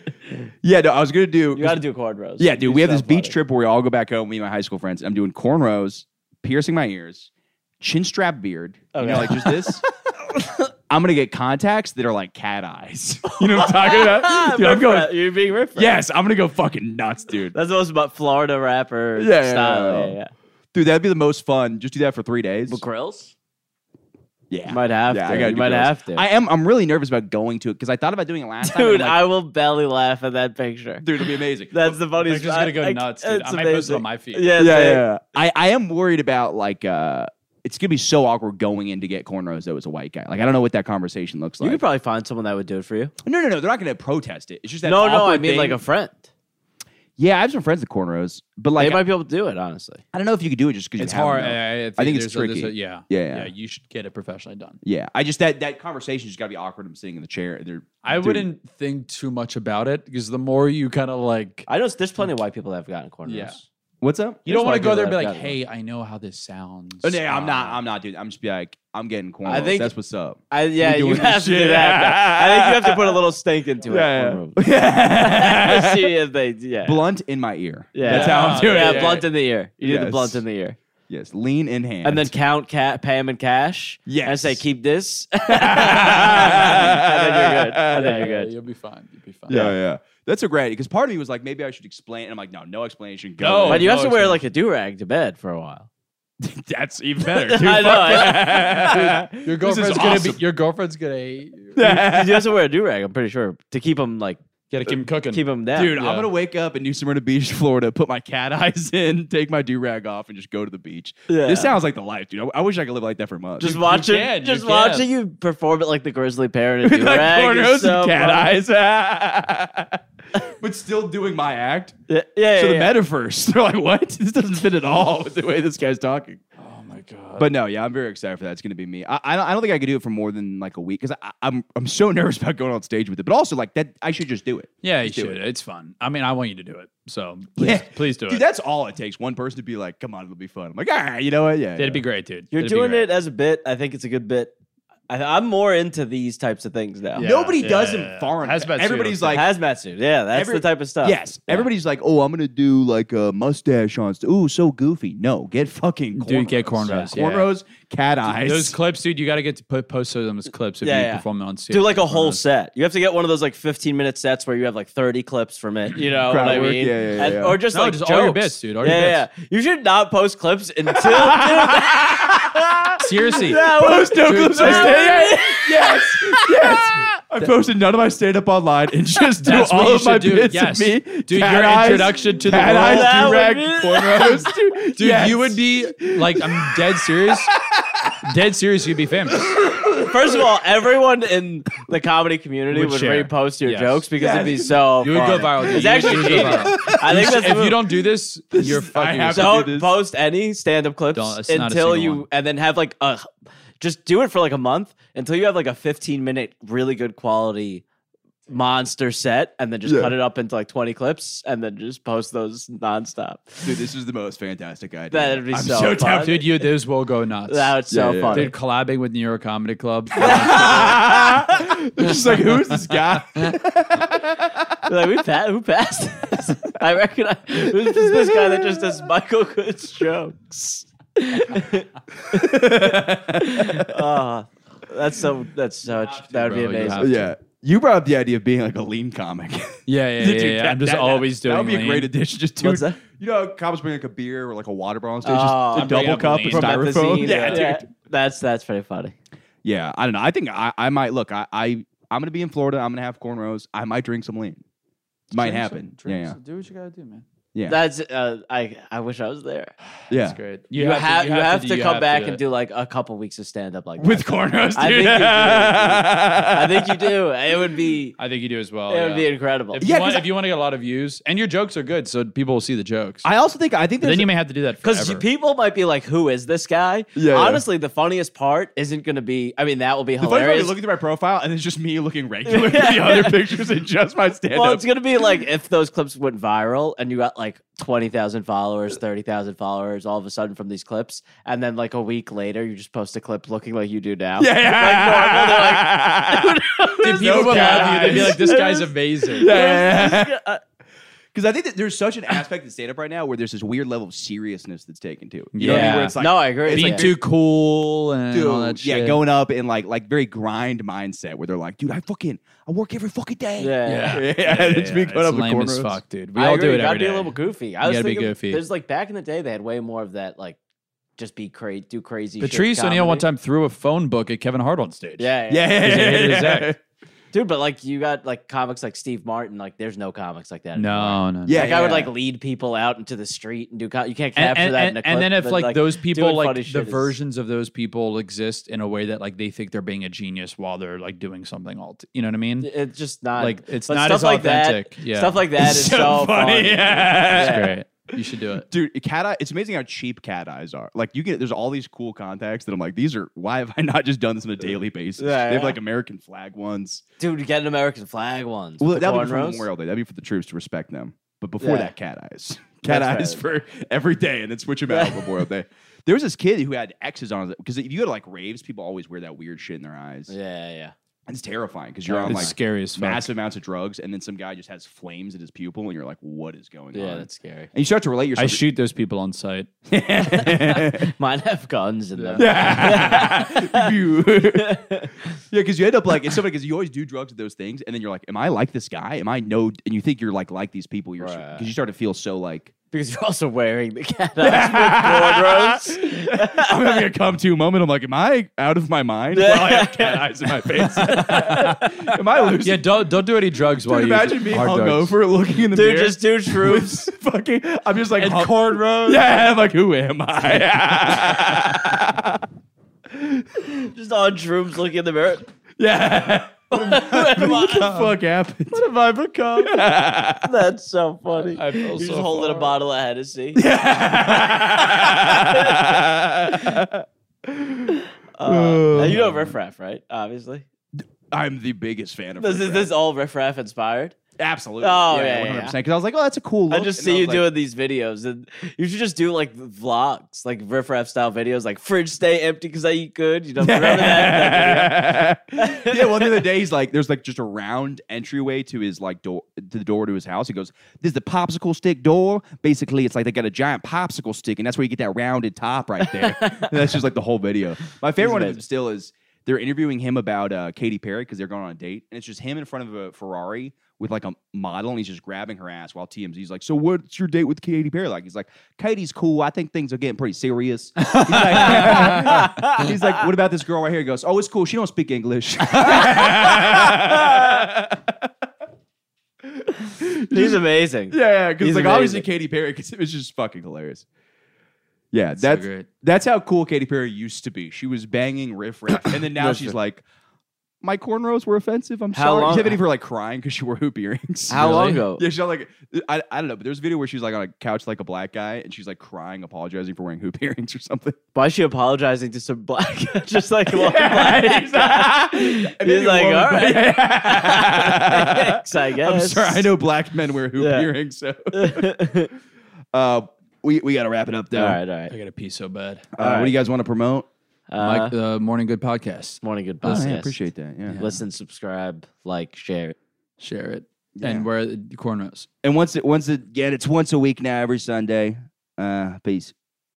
yeah, no, I was gonna do. You got to do cornrows. yeah, dude, we have this Yourself, beach buddy. trip where we all go back home. Me and my high school friends. I'm doing cornrows, piercing my ears, chin strap beard. You know, Okay. like just this. I'm gonna get contacts that are like cat eyes. You know what I'm talking about? Dude, I'm Riff going. raff. Ah, You're being riff. raff. Yes, I'm gonna go fucking nuts, dude. That's the most about Florida rapper Yeah, yeah, style. yeah, Yeah, yeah. yeah. Dude, that'd be the most fun. Just do that for three days. Krills? Yeah, Might have yeah, to. I gotta you do might girls. have to. I am. I'm really nervous about going to it because I thought about doing it last time. and dude, I'm like, I will belly laugh at that picture. dude, it'll be amazing. That's the They're funniest. just gonna go I- I- nuts, dude. it's I might post it amazing. on my feed. Yeah, yeah, same. yeah. I, I am worried about like uh, it's gonna be so awkward going in to get cornrows though as a white guy. Like I don't know what that conversation looks You like. could probably find someone that would do it for you. no, no, no. They're not gonna protest it. It's just that no, no, I awkward mean thing. like a friend. yeah. I have some friends with cornrows, but like they might be able to do it, honestly. I don't know if you could do it just because It's you have hard. them, though. I, I think, I think it's there's a- there's a- tricky. yeah, Yeah, yeah. yeah. You should get it professionally done. yeah, I just that that conversation just gotta be awkward. I'm sitting in the chair. and They're, I dude, wouldn't think too much about it because the more you kind of like, I know there's plenty of white people that have gotten corners. Yeah. What's up? you don't There's want to go white people there and that be like, have gotten "Hey, I know how this sounds." Oh, no, I'm Uh, not. I'm not, dude. I'm just be like, I'm getting cornrows. think- That's what's up. I, yeah, We doing you this have to shit. do that. I think you have to put a little stink into it. yeah. See if they, yeah. blunt in my ear. yeah. That's how I'm doing Yeah, it. blunt in the ear. You do Yes. the blunt in the ear. Yes, lean in hand. And then count cat, pay him in cash. Yes. And say, keep this. and then you're good. And then yeah, you're good. You'll be fine. You'll be fine. yeah, yeah. That's a great because part of me was like, maybe I should explain. And I'm like, no, no explanation. Go. Oh, No. But you have to wear it's- like a do rag to bed for a while. that's even better. I dude. know, Fuck I know. that. Your This is girlfriend's gonna awesome. be. Your girlfriend's gonna hate you. you have to wear a do rag. I'm pretty sure to keep them like Gotta keep him cooking. keep them down. Dude, Yeah. I'm gonna wake up in New Smyrna Beach, Florida, put my cat eyes in, take my do rag off, and just go to the beach. Yeah. This sounds like the life, dude. I, I wish I could live like that for months. just watching, can, you just can. watching you perform it like the grizzly bear in a do like rag. cornrows is so and fun. cat eyes, but still doing my act. Yeah, yeah. So the yeah. metaverse, they're like, what? This doesn't fit at all with the way this guy's talking. Oh my god. But no, yeah, I'm very excited for that. It's going to be me. I, I, don't, I don't think I could do it for more than like a week because I'm I'm so nervous about going on stage with it. But also like that, I should just do it. yeah, you Just do should. It's fun. I mean, I want you to do it. So please, please do Dude, it. that's all it takes. One person to be like, "Come on, it'll be fun." I'm like, "All right, you know what? Yeah, It'd be great, dude. You're It'd be doing great. it as a bit. I think it's a good bit. I, I'm more into these types of things now. Yeah. Nobody does them yeah, yeah. foreign. Hazmat suit, Everybody's I'm like, hazmat suit. Yeah, that's Every- the type of stuff. yes. Everybody's like, "Oh, I'm gonna do like a mustache on." St- Ooh, so goofy. No, get fucking cornrows. Dude, get cornrows, yeah. cornrows, cat eyes. Those clips, dude. You gotta get to put post those as clips if Yeah, you yeah. perform on stage. Do like a whole Cornrows. set. You have to get one of those like 15 minute sets where you have like 30 clips from it. You know Crowd what I work, mean? yeah, yeah, yeah, And- yeah. Or just No, like just all your jokes. bits, dude, all your yeah, yeah, yeah. You should not post clips until. dude, that Seriously. was- Post no Dude, clips. I that- stay. Yes, yes. I posted none of my stand up online and just do That's what all you of my should do, bits yes. of me. Dude, your introduction to the cat world. That Eyes, do-rag, would be- cornrows. Dude, Dude, you would be like, I'm dead serious. dead serious, you'd be famous. First of all, everyone in the comedy community Would would, share. repost your Yes. jokes because it'd be so. You would funny. go viral. dude. It's You actually would go genius. viral. I think that's the if move. you don't do this, you're fucking. have yourself. to do don't this. post any stand-up clips Don't- it's not a until single you one. and then have like a just do it for like a month until you have like a 15 minute really good quality monster set and then just cut it up into like 20 clips and then just post those nonstop Dude, this is the most fantastic idea. that'd be I'm so, so fun. dude, you this will go nuts. that was so Yeah, yeah. funny Dude, collabing with New York Comedy Club. Just like, who's this guy? like we pa- who passed this? i recognize who's this, this guy that just does michael good's jokes Ah, that's so that's such that would be bro, you have amazing to. yeah. You brought up the idea of being like a lean comic. yeah, yeah, yeah. Dude, yeah. that- I'm just that- always that, doing. That would be lean. a great addition. Just two. What's that? You know, how comics bring like a beer or like a water bottle on stage, Oh, just a I'm bringing double up cup lean. of From styrofoam. Methazine, Yeah, dude. yeah. That's that's pretty funny. Yeah, I don't know. I think I, I might look. I, I I'm gonna be in Florida. I'm gonna have cornrows. I might drink some lean. Might Drink some- happen. drink yeah, some- Do what you gotta do, man. yeah, yeah. That's uh, I I wish I was there. yeah. That's great. You, have, you have, to, you come back do and it. do like a couple weeks of stand up like With that. cornrows, I dude. think you do. I think you do. It would be I think you do as well. it would be Oh, yeah. incredible. If Yeah, you want, 'cause if you want to get a lot of views, and your jokes are good, so people will see the jokes. I also think I think there's then you may have to do that Because forever. people might be like, "Who is this guy?" Yeah, yeah. Honestly, the funniest part isn't going to be. I mean, that will be the funny part is hilarious. looking through my profile and it's just me looking regular at the other pictures and just my stand Well, up. it's going to be like if those clips went viral and you got like 20,000 followers, 30,000 followers all of a sudden from these clips. And then like a week later, you just post a clip looking like you do now. yeah, yeah. Dude, people no would love you. They'd be guys. like, "This guy's amazing." yeah, uh, Because I think that there's such an aspect of stand up right now where there's this weird level of seriousness that's taken too. You know what I mean? Where it's like, no, I agree. Being yeah. too cool and all dude, that shit. yeah, going up in like like very grind mindset where they're like, dude, I fucking I work every fucking day. Yeah. Yeah, Yeah, it's me going up it's with lame as cornrows. fuck, dude. We I all agree. do You it gotta every be day. a little goofy. I You was gotta be thinking, goofy. There's like back in the day, they had way more of that, like just be crazy, do crazy. shit Patrice O'Neill one time comedy. threw a phone book at Kevin Hart on stage. Yeah, yeah, Yeah, yeah, Because he yeah, hated his yeah, act. dude. But like, you got like comics like Steve Martin. Like, there's no comics like that. anymore. No, no, no. Yeah, Like I would yeah. like lead people out into the street and do. Co- you can't And, capture and, that and- in a clip. and then if but, like, those people doing like funny the shit is- versions of those people exist in a way that like they think they're being a genius while they're like doing something all t- you know what I mean? it's just not Like, it's but not stuff as like authentic. That, Yeah. Stuff like that is so, funny. Yeah. That's great. You should do it. Dude, cat eye, it's amazing how cheap cat eyes are. Like you get there's all these cool contacts that I'm like, these are why have I not just done this on a daily basis? Yeah, they have yeah. like American flag ones. Dude, get an American flag ones. Well, with the that would be for cornrows. Memorial Day. That'd be for the troops to respect them. But before Yeah. that, cat eyes. Cat That's eyes for every day, and then switch them out on Memorial Day. There was this kid who had X's on his because if you go to like raves, people always wear that weird shit in their eyes. Yeah, yeah. And it's terrifying because you're on It's like scary as fuck. massive amounts of drugs, and then some guy just has flames in his pupil, and you're like, what is going Yeah, on? that's scary. and you start to relate I yourself. shoot those people on site. Mine have guns in them. yeah, because you end up like it's so funny because you always do drugs at those things, and then you're like, "Am I like this guy? Am I no?" And you think you're like like these people, you're because Right. you start to feel so like Because you're also wearing the cat eyes with cornrows. I'm having a come to moment. I'm like, "Am I out of my mind?" While I have cat eyes in my face, am I losing? Yeah, don't don't do any drugs while Dude, you imagine me hard drugs. hungover, looking in the Dude, mirror. just do shrooms. fucking, I'm just like hung- cornrows. Yeah, I'm like, who am I? just on shrooms looking in the mirror. yeah. what the fuck happened? What have I become? That's so funny. I feel You're just so holding a far. bottle of Hennessy. Uh, you know Riff Raff, right? Obviously. I'm the biggest fan of This is this all Riff Raff inspired. Absolutely. Oh, yeah, yeah, yeah. Because I was like, oh, that's a cool I look. just And I see you was like, doing these videos, and you should just do like vlogs, like Riff Raff style videos, like fridge stay empty because I eat good. You know, remember that? yeah, well, the other day he's like, there's like just a round entryway to his like door, to the door to his house. He goes, "This is the popsicle stick door. Basically, it's like they got a giant popsicle stick, and that's where you get that rounded top right there. And that's just like the whole video. My favorite one of them amazing. still is they're interviewing him about uh, Katy Perry because they're going on a date, and it's just him in front of a Ferrari with like a model, and he's just grabbing her ass while TMZ's like, "So what's your date with Katy Perry like?" He's like, "Katie's cool. I think things are getting pretty serious." He's like, he's like, "What about this girl right here?" He goes, "Oh, it's cool. She don't speak English." He's amazing. Yeah, because He's like obviously amazing. Katy Perry, because it was just fucking hilarious. Yeah, So that's great. that's how cool Katy Perry used to be. She was banging riff raff, and then now she's like, "My cornrows were offensive. I'm How sorry." long- Tiffany for like crying because she wore hoop earrings. How Really? long ago? yeah, she's not like I, I don't know, but there's a video where she's like on a couch like a black guy, and she's like crying, apologizing for wearing hoop earrings or something. Why is she apologizing to some black? just like one black. And then He's he like, all wore- right. Yeah. Thanks, I guess. I'm sorry. I know black men wear hoop Yeah. earrings, so all right, uh, we we got to wrap it up though. all right. I gotta pee so bad. Uh, What do you guys want to promote? Uh, Mike, the Morning Good podcast. morning, good Oh, podcast. yeah, I appreciate that. Yeah. Listen, subscribe, like, share. Share it. Yeah. And wear the cornrows. And once it once again, it's once a week now, every Sunday. Uh, peace.